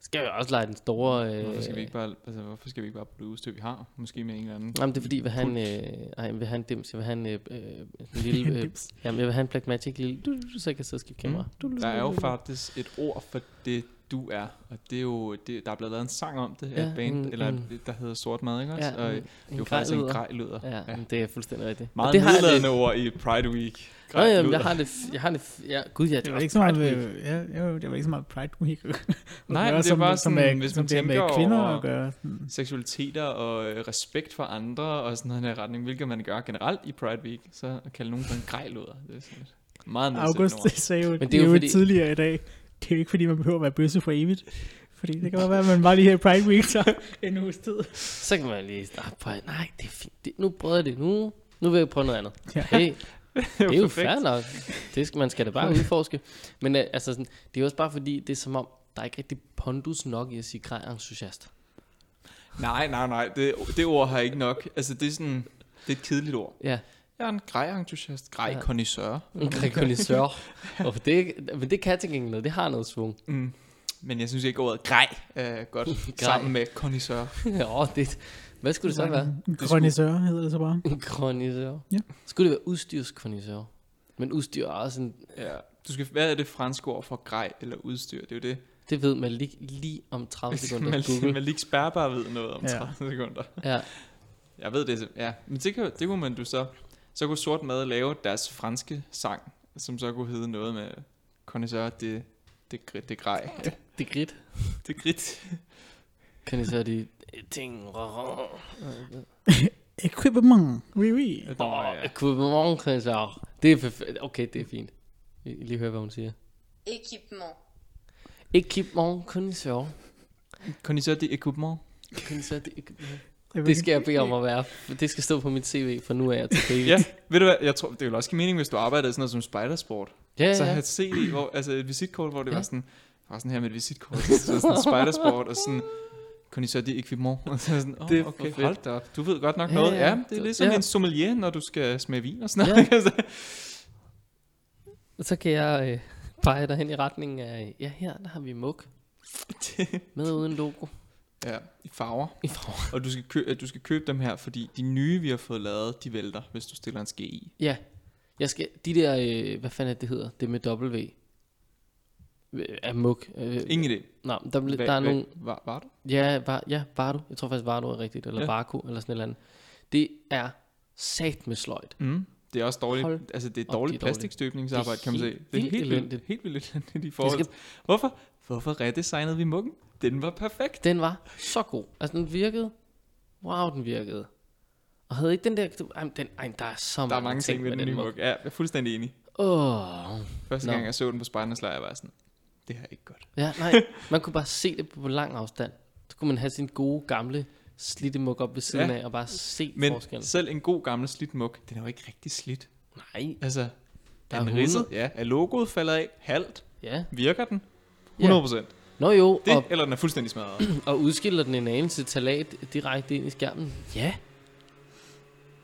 S1: Skal jeg også lege den store... Øh,
S2: Hvorfor skal vi ikke bare, altså, hvorfor skal vi ikke bare bruge det udstyr, vi har? Måske med en eller anden.
S1: Jamen, det er fordi, vil han, øh, ej, vil han dims, jeg vil han øh, øh, en lille, øh,
S3: Dims.
S1: jamen, jeg vil han Black Magic lille, du, du, du, så jeg kan sidde og skifte kamera.
S2: Mm. Der er jo faktisk et ord for det, du er. Og det er jo, det, der er blevet lavet en sang om det, ja,
S1: Ja,
S2: et band,
S1: en-
S2: eller
S1: en-
S2: der hedder Sort Mad, ikke også? og,
S1: en-
S2: det er jo
S1: en
S2: faktisk en
S1: grejluder.
S2: grejlyder.
S1: Ja,
S2: Ja.
S1: ja, det er fuldstændig rigtigt. Og
S2: Meget
S1: det har jeg
S2: nedladende
S1: det.
S2: ord i Pride Week.
S1: Nå, jamen,
S2: Grejluder.
S1: jeg har det, f- jeg har det, f- ja, gud, ja, det,
S3: Det
S1: er
S3: var
S1: også
S3: ikke så meget,
S1: Pride Week.
S3: øh, ja, jo, det var ikke så meget Pride Week. at
S2: Nej, men
S3: gøre,
S2: det er
S3: som,
S2: bare
S3: som,
S2: sådan,
S3: er-
S2: hvis
S3: som
S2: man
S3: det er med
S2: tænker
S3: kvinder
S2: over-
S3: at gøre. Sådan.
S2: seksualiteter og øh, respekt for andre og sådan noget i den retning, hvilket man gør generelt i Pride Week, så at kalde nogen for en grejlåder, det er sådan et meget nedsættende
S3: August
S2: ord.
S3: sagde jo,
S1: det
S3: det
S1: er
S3: er
S1: jo
S3: jo
S1: fordi-
S3: tidligere i dag, det er jo ikke fordi, man behøver at være bøsse for evigt. Fordi det kan godt være, at man bare lige her i Pride Week så en uges tid.
S1: Så kan man lige starte på, nej, det er fint, det, nu prøver jeg det, nu, nu vil jeg prøve noget andet.
S3: Ja.
S1: Hey, det er jo
S2: perfekt.
S1: fair nok. Det skal, man skal da bare udforske. Men øh, altså, sådan, det er også bare fordi, det er som om, der er ikke rigtig pondus nok i at sige grejentusiast.
S2: Nej, nej, nej, det, det ord har ikke nok. Altså det er sådan, det er et kedeligt ord.
S1: Ja,
S2: Jeg er en grejentusiast, grej connoisseur,
S3: Mm.
S1: en rekognisseur. Og det, er ikke- men det kan til gengæld noget, det har noget svung.
S2: mm. men jeg synes ikke ordet grej er godt sammen med connoisseur.
S1: Åh, det, hvad skulle det så være?
S3: En Grønnisør hedder det så bare.
S1: En kronisør?
S3: Ja.
S1: Skulle det være udstyrskronisør? Men udstyr er også en...
S2: Ja. Du skal, hvad er det franske ord for grej eller udstyr? Det er jo det.
S1: Det ved man lige, lige om 30 sekunder.
S2: Man,
S1: Google.
S2: man lige spærre bare ved noget om
S3: Ja.
S2: 30 sekunder.
S1: Ja.
S2: Jeg ved det, ja. Men det, kan, det kunne man jo så... Så kunne Sort Mad lave deres franske sang, som så kunne hedde noget med Connoisseur de, de, de, de grej.
S1: Det er gridt.
S2: Det er grit.
S1: Kan I så de ting...
S3: Equipment. Oui, oui.
S2: Ja, der var, ja.
S1: Equipment-kronisør. Det er perfekt. Okay, det er fint. Vi vi lige hører, hvad hun siger.
S4: Équipement.
S1: Equipment-kronisør.
S2: Connoisseur de equipment.
S1: Kan I så de... equipment-
S3: Jeg ved
S1: Det skal jeg bede om at være. Det skal stå på mit CV fra nu af til det.
S2: Ja, ved du hvad, jeg tror, det ville også give mening, hvis du arbejdede i sådan noget som spidersport.
S1: ja,
S2: Så
S1: ja.
S2: have et CD, hvor, altså et visitkort, hvor det
S1: Ja.
S2: var sådan, var sådan her med et visitkort, så sådan spidersport, og sådan, Connoisseur de equipment. Og så sådan, oh,
S1: Det er
S2: det
S1: for
S2: okay,
S1: fedt.
S2: hold da op. Du ved godt nok
S1: Ja,
S2: noget.
S1: ja.
S2: Ja, det er ligesom
S1: Ja.
S2: en sommelier, når du skal smage vin og sådan
S1: Ja.
S2: noget. Altså,
S1: Og så kan jeg øh, pege dig hen i retningen af... Ja, her der har vi muk. Med uden logo.
S2: ja, i farver.
S1: I farver.
S2: Og du skal, kø- øh, du skal købe dem her, fordi de nye, vi har fået lavet, de vælter, hvis du stiller en ske i.
S1: Ja. Jeg skal, de der, øh, hvad fanden er det hedder? Det med W. Øh, Er muk. Øh,
S2: Ingen idé.
S1: Nej, der, ble, der er nogle...
S2: Var, var du?
S1: Ja, var, ja, Bardo. Jeg tror faktisk, Bardo er rigtigt. Eller
S2: Ja.
S1: ja. Barco, eller sådan et eller andet. Det er sat med sløjt.
S2: Mm. Det er også dårligt.
S1: Hold
S2: altså, det er
S1: op, det er dårligt.
S2: dårligt plastikstøbningsarbejde,
S1: Det er
S2: kan man se.
S1: helt
S2: Det er
S1: vildt
S2: helt vildt,
S1: elendigt.
S2: helt vildt elendigt i forhold.
S1: skal-
S2: Hvorfor? Hvorfor redesignede vi muggen? Den var perfekt.
S1: Den var så god. Altså, den virkede. Wow, den virkede. Og havde ikke den der... du- Ej, men den, ej der er så
S2: Der er mange ting med den nye
S1: den
S2: mug. Ja, jeg er fuldstændig enig.
S1: Åh.
S2: Første
S1: Nå.
S2: gang, jeg så den på Spejdernes Lejr, var jeg sådan, det her er ikke godt.
S1: Ja, nej. Man kunne bare se det på lang afstand. Så kunne man have sin gode, gamle, slidte muk op ved siden
S2: Ja.
S1: ja. af, og bare se
S2: Men
S1: forskellen.
S2: selv en god gammel slidt mug, den er jo ikke rigtig slidt.
S1: Nej.
S2: Altså,
S1: Der
S2: der
S1: er
S2: er
S1: huller.
S2: ridset. Ja, er logoet faldet af? Halvt?
S1: Ja.
S2: Virker den?
S1: Ja.
S2: 100 procent.
S1: Nå jo,
S2: Det,
S1: og,
S2: eller den er fuldstændig smadret.
S1: og udskiller den en anelse talat direkte ind i skærmen. Ja.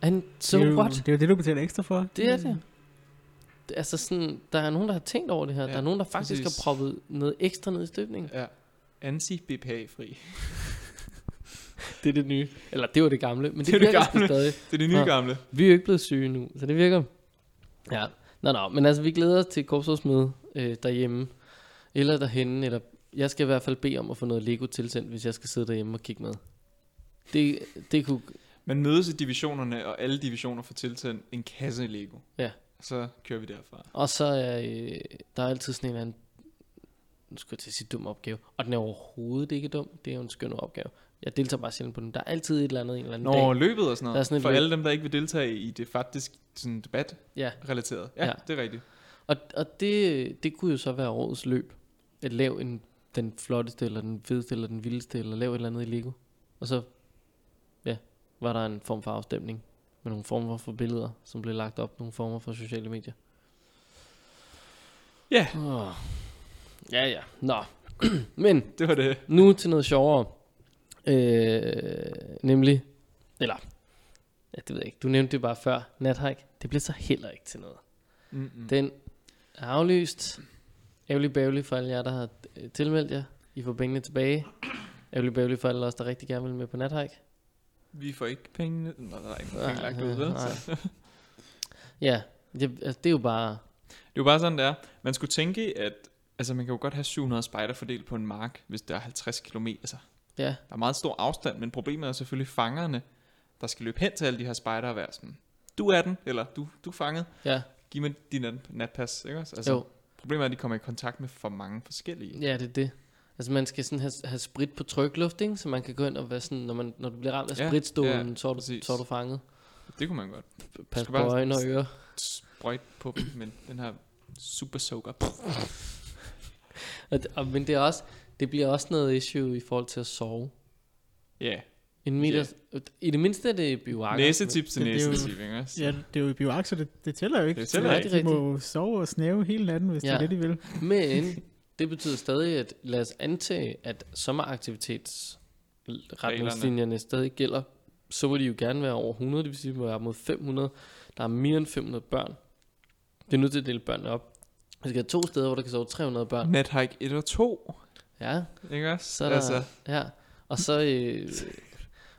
S1: And so
S3: det, er jo,
S1: what?
S3: det er jo det, du betaler ekstra for.
S1: Det er det. Det- Altså sådan, der er nogen, der har tænkt over det her.
S2: Ja,
S1: Ja, der er nogen, der faktisk
S2: præcis.
S1: har proppet noget ekstra ned i støbningen.
S2: ja. Ansi BPA-fri.
S1: Det er det nye. Eller det var det gamle, men det,
S2: Det er
S1: det
S2: det
S1: virker det
S2: gamle.
S1: stadig.
S2: Det er det nye
S1: Nå.
S2: gamle.
S1: Vi er jo ikke blevet syge nu, så det virker. Ja, nå nå, men altså vi glæder os til korpsrådsmøde øh, derhjemme, eller derhenne, eller jeg skal i hvert fald bede om at få noget Lego tilsendt, hvis jeg skal sidde derhjemme og kigge med. Det, det kunne,
S2: Man mødes i divisionerne, og alle divisioner får tilsendt en kasse Lego.
S1: Ja.
S2: Så kører vi derfra.
S1: og så er øh, der er altid sådan en eller anden, nu skal jeg til at sige dum opgave, og den er overhovedet ikke dum, det er jo en skøn opgave, Jeg deltager bare sjældent på dem. Der er altid et eller andet en eller anden
S2: Når
S1: dag.
S2: løbet og sådan noget.
S1: Der er sådan et
S2: for
S1: løb.
S2: alle dem, der ikke vil deltage i det faktisk sådan debat
S1: Ja.
S2: relateret. Ja,
S1: Ja.
S2: ja, det er rigtigt.
S1: Og, og det, det kunne jo så være årets løb. At lave en, den flotteste, eller den fedeste, eller den vildeste, eller lave et eller andet i Lego. Og så, ja, var der en form for afstemning med nogle former for billeder, som blev lagt op, nogle former for sociale medier.
S2: Ja.
S1: Oh. Ja, ja. Nå. Men
S2: Det var det.
S1: nu til noget sjovere. Øh, nemlig, eller, ja, det ved jeg ikke, du nævnte det bare før, nathike. Det blev så heller ikke til noget.
S2: Mm-mm.
S1: Den er aflyst. Ærgerlig bævlig for alle jer, der har øh, tilmeldt jer. I får pengene tilbage. Ærgerlig bævlig for alle os, der rigtig gerne vil med på nathike.
S2: Vi får ikke pengene. Nå, der er ikke
S1: Nej,
S2: penge lagt ud, vel?
S1: nej.
S2: Så.
S1: Ja, det, altså, det er jo bare...
S2: Det er jo bare sådan, det er. Man skulle tænke, at altså, man kan jo godt have 700 spejder fordelt på en mark, hvis der er 50 km. Altså,
S1: Ja,
S2: der er meget stor afstand, men problemet er selvfølgelig fangerne, der skal løbe hen til alle de her spejder og være sådan, du er den, eller du, du er fanget,
S1: ja,
S2: giv mig din nat- natpas, ikke også? Altså,
S1: altså, jo.
S2: Problemet er, at de kommer i kontakt med for mange forskellige.
S1: Ja, det er det. Altså man skal sådan have, have sprit på trykluft, ikke? Så man kan gå ind og være sådan, når, man, når du bliver ramt af
S2: Ja,
S1: spritstolen,
S2: ja,
S1: så, er du,
S2: præcis.
S1: så er du fanget.
S2: Det kunne man godt
S1: Pas
S2: skal
S1: på
S2: bare-
S1: øjne og ører.
S2: sprøjte på dem, men den her super soaker.
S1: Og, og, men det, er også, det bliver også noget issue i forhold til at sove.
S2: Ja,
S1: En meter, I det mindste er det bivakker.
S2: næsetip til
S3: Det- det er jo-
S2: næsetip, ikke også?
S3: Ja, det er jo i bioark, så det, det tæller jo ikke.
S2: Det tæller
S3: Så
S1: ikke.
S3: De må sove og snæve hele natten, hvis ja. det
S1: Ja.
S3: er det, de vil.
S1: Men det betyder stadig, at lad os antage, at sommeraktivitetsretningslinjerne stadig gælder. Så vil de jo gerne være over 100, det vil sige, at vi er mod 500. Der er mere end 500 børn. Det er nødt til at dele børnene op. Vi skal have to steder, hvor der kan sove 300 børn.
S2: Nethike 1 og 2,
S1: Ja,
S2: ikke også?
S1: så er der, altså. ja. Og så, øh,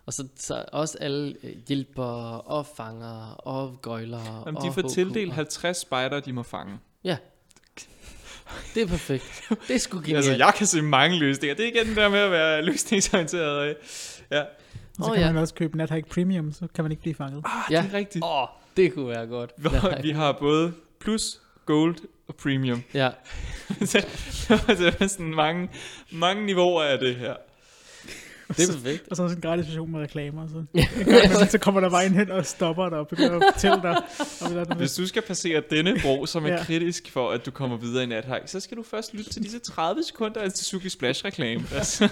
S1: og så, så også alle øh, hjælpere og fanger og gøjlere.
S2: Jamen,
S1: og
S2: de får
S1: HK'er.
S2: tildelt 50 spejder, de må fange.
S1: Det er perfekt. Det er sgu genialt.
S2: Altså, jeg kan se mange løsninger. Det er igen det der med at være løsningsorienteret. øh. Ja,
S3: Og så
S1: Åh,
S3: kan
S1: ja.
S3: man også købe Nathike Premium, så kan man ikke blive fanget.
S2: ah,
S1: Ja.
S2: det er rigtigt.
S1: Åh, oh, det kunne være godt.
S2: Hvor vi har både plus, gold og premium.
S1: Ja.
S2: Så der er sådan mange, mange niveauer af det her.
S1: Det er perfekt.
S3: Og så er der sådan en gratis version med reklamer. Så, ja. så kommer der bare en hen og stopper dig og begynder at fortælle dig. Og hvad der er den-
S2: Hvis du skal passere denne bro, som er
S3: Ja.
S2: ja. kritisk for, at du kommer videre i nathaj, så skal du først lytte til disse 30 sekunder af Suzuki Splash-reklame. Altså,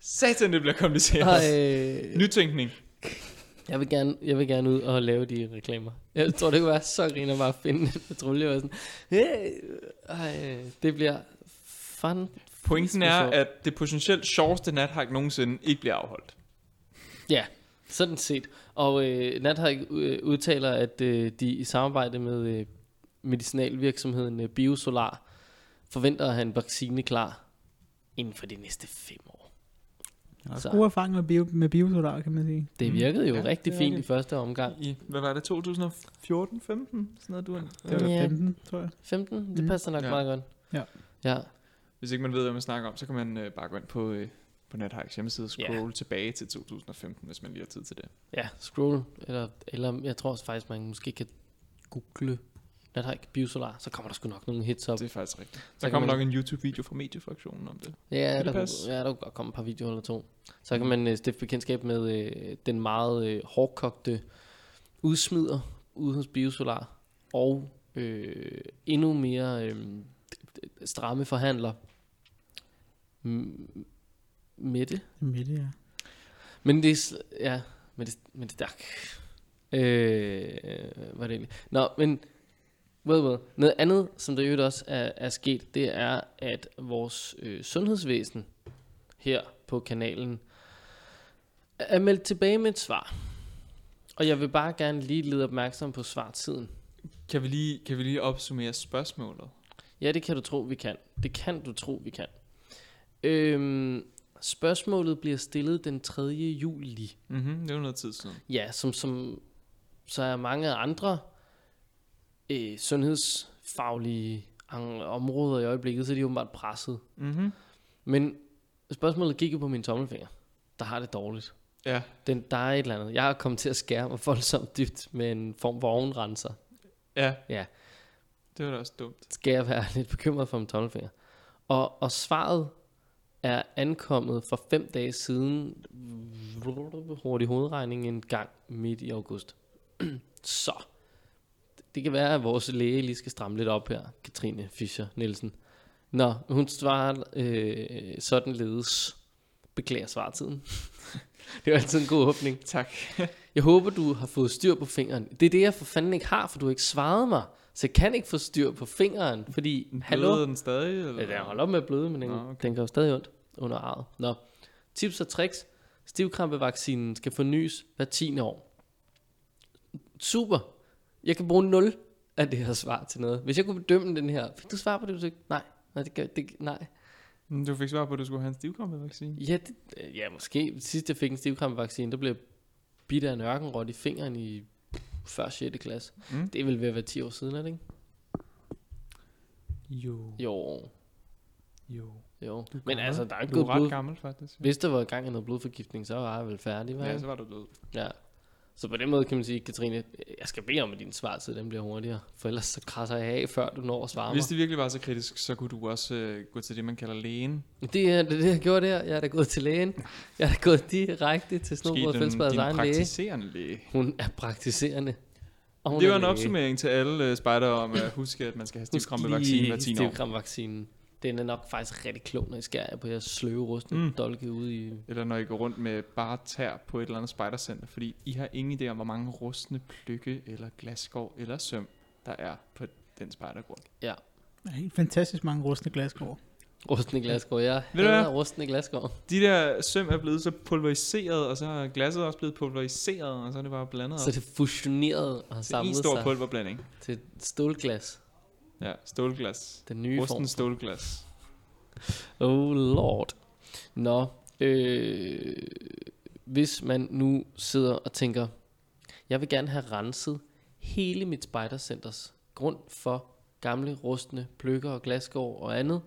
S2: satan, det bliver kompliceret.
S1: Og,
S2: Ej.
S1: øh,
S2: Nytænkning.
S1: jeg, vil gerne, jeg vil gerne ud og lave de reklamer. Jeg tror, det kunne være så griner bare at finde en patrulje og sådan. Hey, ej, øh, det bliver fun.
S2: Pointen er, at det potentielt sjoveste nathajk nogensinde ikke bliver afholdt.
S1: Ja, sådan set. Og øh, Nathajk øh, udtaler, at øh, de i samarbejde med øh, medicinalvirksomheden øh, Biosolar forventer at have en vaccine klar inden for de næste fem år.
S3: Der er også
S1: Så.
S3: gode erfaringer med, bio, med biosolar, kan man sige.
S1: Det virkede jo
S2: Ja,
S1: ja, rigtig
S2: det er
S1: fint i
S2: rigtigt.
S1: første omgang.
S2: I, hvad var det, 2014, 15? Sådan noget, du er-
S3: Det var
S1: Ja.
S3: 15, tror jeg.
S1: 15, det
S3: Mm.
S1: passer nok
S2: Ja.
S1: meget godt.
S3: Ja.
S1: Ja,
S2: Hvis ikke man ved, hvad man snakker om, så kan man øh, bare gå ind på, øh, på Nathajks hjemmeside og scrolle yeah. tilbage til 2015, hvis man lige har tid til det.
S1: Ja, scroll, eller, eller jeg tror også faktisk, man måske kan google Nathike Biosolar, så kommer der sgu nok nogle hits op.
S2: Det er faktisk rigtigt.
S1: Så
S2: Der
S1: kan
S2: kommer
S1: man-
S2: nok en YouTube-video fra mediefraktionen om det.
S1: ja,
S2: det
S1: der,
S2: passe?
S1: kunne, ja, der kunne godt komme et par videoer eller to. Så kan man øh, stifte bekendtskab med øh, den meget øh, hårdkogte udsmider ude hos Biosolar, og øh, endnu mere øh, stramme forhandler. M- Mette?
S3: Midt, ja.
S1: Men det er... sl- Ja, men det, men det tak. Øh, hvad er det egentlig? Nå, men... Well, well. Noget andet, som der i øvrigt også er, er sket, det er, at vores øh, sundhedsvæsen her på kanalen er meldt tilbage med et svar. Og jeg vil bare gerne lige lede opmærksom på svartiden.
S2: Kan vi lige, kan vi lige opsummere spørgsmålet?
S1: Ja, det kan du tro, vi kan. Det kan du tro, vi kan. Øhm, spørgsmålet bliver stillet den 3. juli.
S2: Mm-hmm, det er jo noget tid siden.
S1: Ja, som, som så er mange andre øh, sundhedsfaglige ang- områder i øjeblikket, så er de åbenbart presset.
S2: Mm-hmm.
S1: Men spørgsmålet gik jo på min tommelfinger, der har det dårligt.
S2: Ja,
S1: Den, der er et eller andet. Jeg er kommet til at skære mig voldsomt dybt med en form for ovenrenser.
S2: ja.
S1: Ja.
S2: Det var da også dumt.
S1: Skal jeg være lidt bekymret for min tommelfinger? Og, og svaret er ankommet for fem dage siden, hurtig hovedregning, en gang midt i august. Så, det kan være, at vores læge lige skal stramme lidt op her, Katrine Fischer Nielsen. Nå, hun svarer øh, sådan ledes. Beklager svartiden. det var altid en god åbning.
S2: Tak.
S1: Jeg håber, du har fået styr på fingeren. Det er det, jeg for fanden ikke har, for du har ikke svaret mig. Så jeg kan ikke få styr på fingeren, fordi... Hallo?
S2: Bløder den stadig? Eller?
S1: Ja, den holder op med at bløde, men den,
S2: Nå,
S1: okay.
S2: okay.
S1: den gør jo stadig ondt under arret. Nå. Tips og tricks. Stivkrampevaccinen skal fornyes hver 10. år. Super. Jeg kan bruge 0 af det her svar til noget. Hvis jeg kunne bedømme den her, fik du svar på det, du ikke? Nej. Nej, det, gør, det, nej.
S2: Mm, Du fik svar på, at du skulle have en stivkrampevaccine.
S1: Ja, det, øh, ja, måske. Sidst jeg fik en stivkrampevaccine, der blev jeg bidt af en ørkenrot i fingeren i før 6. klasse.
S2: Mm.
S1: Det er vel ved at være 10 år siden, er det ikke?
S2: Jo,
S1: Jo,
S2: jo.
S1: jo.
S2: Du er
S1: Men
S2: gammel.
S1: altså, der er ikke
S2: Du
S1: gået
S2: er ret
S1: blod.
S2: gammel, faktisk.
S1: Hvis der var gang i noget blodforgiftning, så var jeg vel færdig, var jeg?
S2: Ja,
S1: ikke?
S2: så var du død.
S1: Ja. Så på den måde kan man sige, Katrine, jeg skal bede om, at din svartid den bliver hurtigere, for ellers så krasser jeg af, før du når at svare
S2: Hvis
S1: mig.
S2: det virkelig var så kritisk, så kunne du også øh, gå til det, man kalder lægen.
S1: Det er det, er det, jeg gjorde der. Jeg er da gået til lægen. Jeg er da gået direkte til Snobrød Fældsbaders
S2: din
S1: egen læge.
S2: praktiserende læge.
S1: Hun er praktiserende. Og hun
S2: Det
S1: er
S2: var en
S1: læge.
S2: opsummering til alle uh, spejdere om at huske, at man skal have stivkrampevaccine hver 10 år.
S1: Stivkrampevaccinen. Den er nok faktisk rigtig klog, når I skærer jer på jeres sløve rustne
S2: Mm.
S1: mm. dolke ude i...
S2: Eller når I går rundt med bare tær på et eller andet spejdercenter, fordi I har ingen idé om, hvor mange rustne plukke eller glasskår eller søm, der er på den spejdergrund.
S3: Der er helt fantastisk mange rustne glaskår.
S1: Rustne glaskår. Jeg
S2: Ved du
S1: hader
S2: hvad?
S1: rustne glaskår.
S2: De der søm er blevet så pulveriseret, og så er glasset også blevet pulveriseret, og så er det bare blandet
S1: Så
S2: op.
S1: det fusionerede og har
S2: Det er en
S1: samlet
S2: stor
S1: sig
S2: pulverblanding.
S1: til et stålglas.
S2: Ja, stålglas.
S1: Den nye form
S2: Rusten stålglas.
S1: Oh lord. Nå, øh, hvis man nu sidder og tænker, jeg vil gerne have renset hele mit spejdercenters grund for gamle, rustne pløkker og glasgård og andet,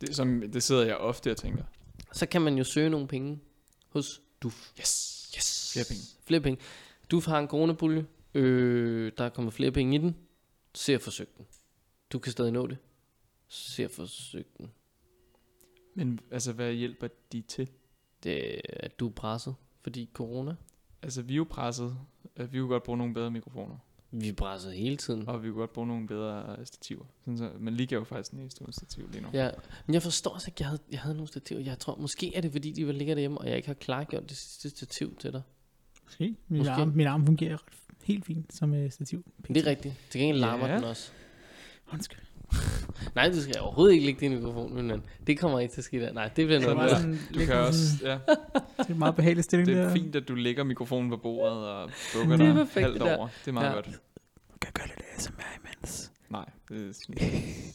S2: Det, som, det sidder jeg ofte og tænker.
S1: så kan man jo søge nogle penge hos DUF.
S2: Yes!
S1: Yes.
S2: Flere penge.
S1: Flere penge. DUF har en coronapulje. Øh, der er kommet flere penge i den. Se at forsøge den. Du kan stadig nå det. Se at forsøge den.
S2: Men altså, hvad hjælper de til?
S1: Det er, at du er presset, fordi corona.
S2: Altså, vi er jo presset. Øh, Vi kunne godt bruge nogle bedre mikrofoner.
S1: Vi er presset hele tiden.
S2: Og vi kunne godt bruge nogle bedre øh, stativer. Sådan så, men lige gav jo faktisk den eneste uden stativ lige nu. Ja.
S1: Ja, men jeg forstår altså ikke, jeg havde, jeg havde nogle stativer. Jeg tror, måske er det, fordi de vel ligger derhjemme, og jeg ikke har klargjort det sidste stativ til dig.
S3: Måske. Min,
S1: Måske.
S3: Arm, min arm fungerer ret- helt fint som øh, stativ.
S1: Men det er rigtigt. Til gengæld larmer
S2: Ja.
S1: den også.
S3: Undskyld.
S1: Nej, du skal overhovedet ikke lægge din mikrofon, min mand. Det kommer ikke til at ske der. Nej, det bliver
S3: Det
S2: Sådan
S3: er
S1: noget.
S3: bare
S2: der.
S1: lort.
S3: sådan,
S2: Du
S3: lidt
S2: kan
S3: sådan-
S2: også, ja,
S3: Det er en meget behagelig stilling
S2: det
S3: der.
S2: er fint, at du lægger mikrofonen på bordet og bukker
S1: Det er
S2: dig
S1: perfekt,
S2: halvt
S1: det der.
S2: over. Det er meget
S1: Ja.
S2: ja. godt.
S3: Du kan gøre lidt ASMR imens.
S2: Nej, det, skal-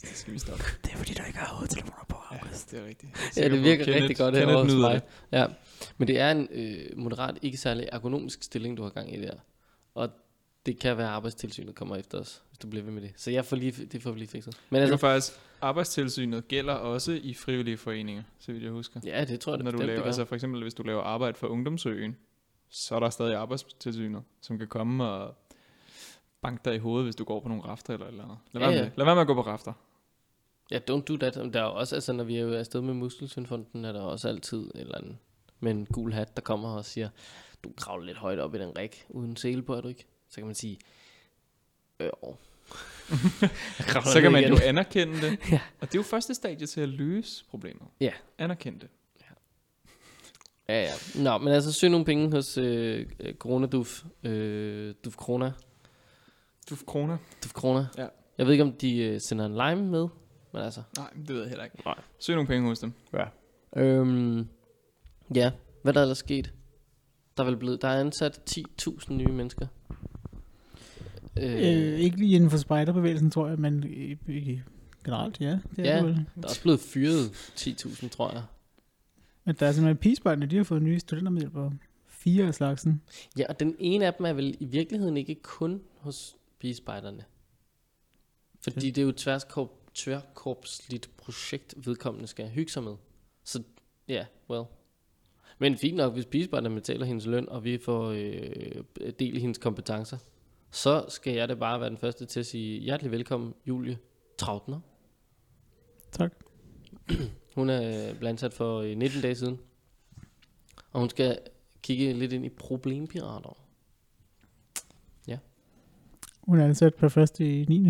S2: det skal vi stoppe.
S3: Det er fordi, der ikke har hovedtelefoner på,
S2: Ja, det er rigtigt. Jeg er
S1: Ja,
S2: sikker
S1: det
S2: på,
S1: virker
S2: Kenneth-
S1: rigtig godt
S2: Kenneth
S1: herovre hos
S2: nyder
S1: mig.
S2: det.
S1: Ja. Men det er en øh, moderat, ikke særlig ergonomisk stilling, du har gang i der. Og det kan være, at arbejdstilsynet kommer efter os, hvis du bliver ved med det. Så jeg får lige, det får vi lige fikset. Men
S2: Det var
S1: altså,
S2: faktisk, arbejdstilsynet gælder også i frivillige foreninger, så vidt jeg husker.
S1: ja, det tror jeg, det
S2: Når du
S1: bestemt, det
S2: laver,
S1: gør.
S2: altså for eksempel, hvis du laver arbejde for Ungdomsøen, så er der stadig arbejdstilsynet, som kan komme og banke dig i hovedet, hvis du går på nogle rafter eller et eller andet. Lad,
S1: Ja,
S2: ja, være,
S1: ja.
S2: med, det. lad være med at gå på rafter.
S1: Ja, don't do that. Men Der er jo også, altså når vi er jo afsted med Muskelsvindfonden, er der også altid en eller anden med en gul hat, der kommer og siger, du kravler lidt højt op i den ræk, uden sele på, er du ikke? Så kan man sige, øh, Jeg kravler
S2: Så
S1: ned
S2: kan man
S1: igen."
S2: jo anerkende det.
S1: Ja.
S2: Og det er jo første stadie til at løse problemet.
S1: Ja.
S2: Anerkende det.
S1: Ja, ja. Nå, men altså søg nogle penge hos øh, øh, Coronaduf. Øh, Duf Corona.
S2: Du får kroner?
S1: Duf Corona.
S2: Ja.
S1: Jeg ved ikke, om de øh, sender en lime med, men altså.
S2: Nej, det ved jeg heller ikke.
S1: Nej.
S2: Søg nogle penge hos dem.
S1: Øhm, ja, hvad der ellers sket? Der er, vel blevet, der er ansat 10.000 nye mennesker.
S3: Øh, ikke lige inden for spejderbevægelsen, tror jeg, men øh, øh, generelt, ja. Det er
S1: Ja.
S3: det vel.
S1: Der er også blevet fyret 10.000, tror jeg.
S3: Men der er simpelthen pigespejlene, de har fået nye studentermedhjælpere. Fire af slagsen.
S1: Ja, og den ene af dem er vel i virkeligheden ikke kun hos pigespejderne. Fordi det er jo et tværkorp, tværkorpsligt projekt, vedkommende skal hygge sig med. Så ja, yeah, well. Men fint nok, hvis pigespejderne betaler hendes løn, og vi får øh, del i hendes kompetencer, så skal jeg da bare være den første til at sige hjertelig velkommen, Julie Trautner.
S3: Tak.
S1: Hun er øh, blevet ansat for øh, 19 dage siden. Og hun skal kigge lidt ind i problempirater.
S3: Hun er ansat på først i 9.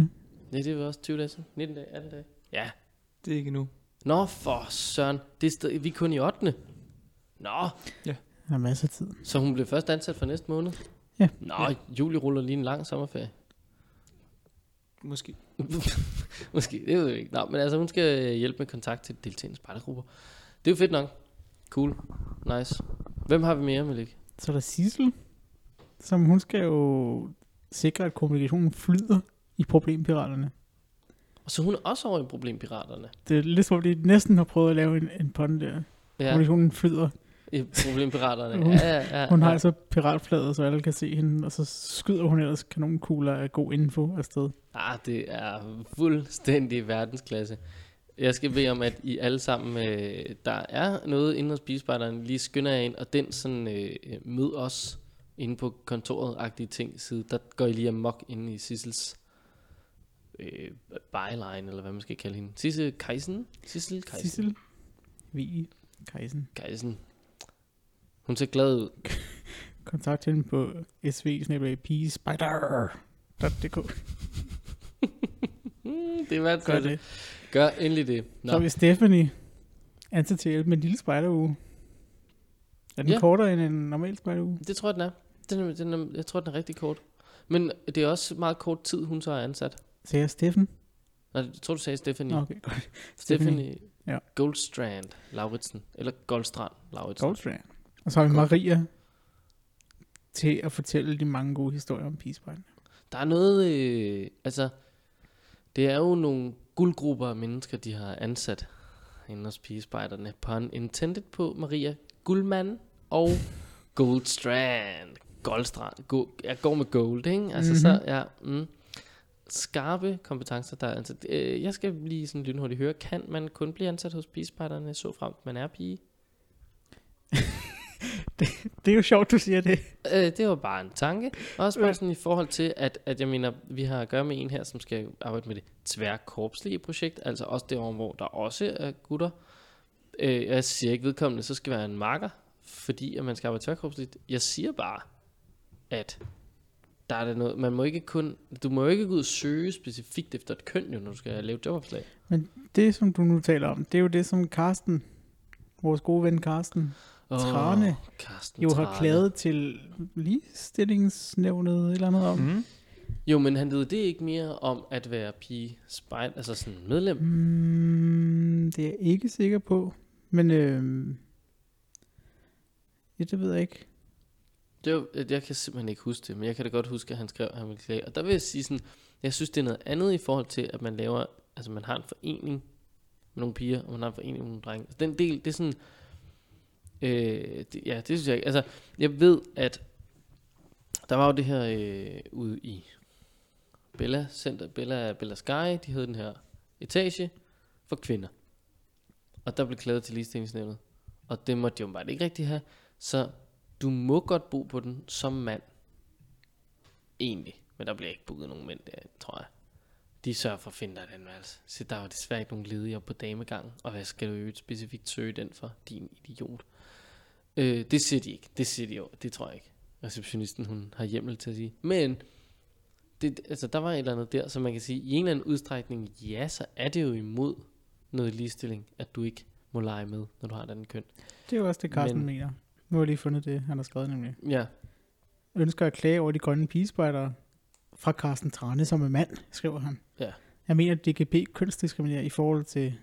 S1: Ja, det er vel også 20 dage siden. 19 dage, 18 dage. Ja.
S2: Det er ikke nu.
S1: Nå for søren, det er sted, vi er kun i 8. Nå,
S3: Der er masser af tid.
S1: så hun blev først ansat for næste måned?
S3: Ja.
S1: Nå, juli ruller lige en lang sommerferie.
S2: Måske.
S1: Måske, det ved jeg ikke. Nå, men altså, hun skal hjælpe med kontakt til deltagende spejdergrupper. Det er jo fedt nok. Cool. Nice. Hvem har vi mere, Malik?
S3: Så er der Sissel, som hun skal jo sikre, at kommunikationen flyder i problempiraterne.
S1: Og så hun er også over i problempiraterne.
S3: Det er lidt som om, de næsten har prøvet at lave en, en pond der. Ja.
S1: Ja,
S3: Kommunikationen flyder.
S1: i problempiraterne.
S3: Hun-
S1: Ja, ja, ja,
S3: Hun har
S1: ja.
S3: altså piratflader, så alle kan se hende, og så skyder hun ellers kanonkugler af god info afsted.
S1: Ah, det er fuldstændig verdensklasse. Jeg skal bede om, at I alle sammen, øh, der er noget inde hos Biespejderen, lige skynder jer ind, og den sådan, øh, øh, mød os inde på kontoret-agtige ting side, der går I lige amok inde i Sissels øh, byline, eller hvad man skal kalde hende. Sissel Kejsen? Sissel Kejsen? Sissel.
S3: Sissel V. Kejsen.
S1: Kejsen. Hun ser glad ud.
S3: Kontakt hende på sv spider.dk.
S1: Mm, det er
S3: Gør
S1: verdensklasse.
S3: det.
S1: Gør endelig det.
S3: Så er
S1: Nå,
S3: vi Stephanie ansat til at hjælpe med en lille spejderuge. Er den
S1: Ja.
S3: ja. kortere end en normal spejderuge?
S1: det tror jeg, den er. Den er, den er. Jeg tror, den er rigtig kort. Men det er også meget kort tid, hun så er ansat.
S3: Så jeg Steffen?
S1: Nej, jeg tror, du sagde Stephanie.
S3: Nå,
S1: Okay.
S3: Okay, godt.
S1: Stephanie, Stephanie ja.
S3: Ja.
S1: Goldstrand Lauritsen. Eller Goldstrand Lauritsen. Gold.
S3: Goldstrand. Og så har vi
S1: Godt.
S3: Maria til at fortælle de mange gode historier om pigespejlene.
S1: Der er noget... Øh, altså, det er jo nogle guldgrupper af mennesker, de har ansat inde hos pigespejderne. Pun intended på Maria Guldmann og Goldstrand. Goldstrand. Go, jeg går med gold, ikke? Altså, mm-hmm. så
S3: Mhm.
S1: ja, mm, skarpe kompetencer, der er ansat. Øh, jeg skal lige sådan lynhurtigt høre, kan man kun blive ansat hos pigespejderne, så frem man er pige?
S3: Det er jo sjovt, du siger det.
S1: Øh, det var bare en tanke. Også bare sådan i forhold til, at, at jeg mener, vi har at gøre med en her, som skal arbejde med det tværkorpslige projekt, altså også det hvor der også er gutter. Øh, jeg siger ikke vedkommende, så skal være en marker, fordi at man skal arbejde tværkorpsligt. Jeg siger bare, at der er det noget, man må ikke kun, du må jo ikke gå ud og søge specifikt efter et køn, jo, når du skal lave et jobopslag.
S3: Det, som du nu taler om, det er jo det, som Karsten, vores gode ven Karsten,
S1: Åh,
S3: Trane
S1: Karsten
S3: jo har
S1: Trane.
S3: klaget til ligestillingsnævnet et eller andet om.
S2: Mm.
S1: Jo, men han ved det ikke mere om at være pige spejl, altså sådan medlem.
S3: Mm, det er jeg ikke sikker på, men øhm, ja, det ved jeg ikke.
S1: Det var, jeg kan simpelthen ikke huske det, men jeg kan da godt huske, at han skrev, at han ville klage. Og der vil jeg sige sådan, jeg synes, det er noget andet i forhold til, at man laver, altså man har en forening med nogle piger, og man har en forening med nogle drenge. Altså, den del, det er sådan, øh, det, ja, det synes jeg ikke. Altså, jeg ved, at der var jo det her øh, ude i Bella Center, Bella, Bella Sky, de havde den her etage for kvinder. Og der blev klaget til ligestillingsnævnet. Og det måtte de jo bare ikke rigtig have. Så du må godt bo på den som mand. Egentlig. Men der bliver ikke booket nogen mænd der, tror jeg. De sørger for at finde dig et andet værelse. Så der var desværre ikke nogen ledige oppe på damegangen. Og hvad skal du jo specifikt søge den for, din idiot? Øh, det siger de ikke. Det siger de jo. Det tror jeg ikke. Receptionisten, hun har hjemmel til at sige. Men, det, altså, der var et eller andet der, så man kan sige, i en eller anden udstrækning, ja, så er det jo imod noget ligestilling, at du ikke må lege med, når du har et andet køn.
S3: Det er jo også det, Karsten
S1: Men-
S3: men... mener. Nu har jeg lige fundet det, han har skrevet nemlig.
S1: Ja,
S3: Ønsker at klage over de grønne pigespejdere fra Karsten Trane, som er mand, skriver han.
S1: Ja.
S3: Jeg mener, at DGB kønsdiskriminerer i forhold til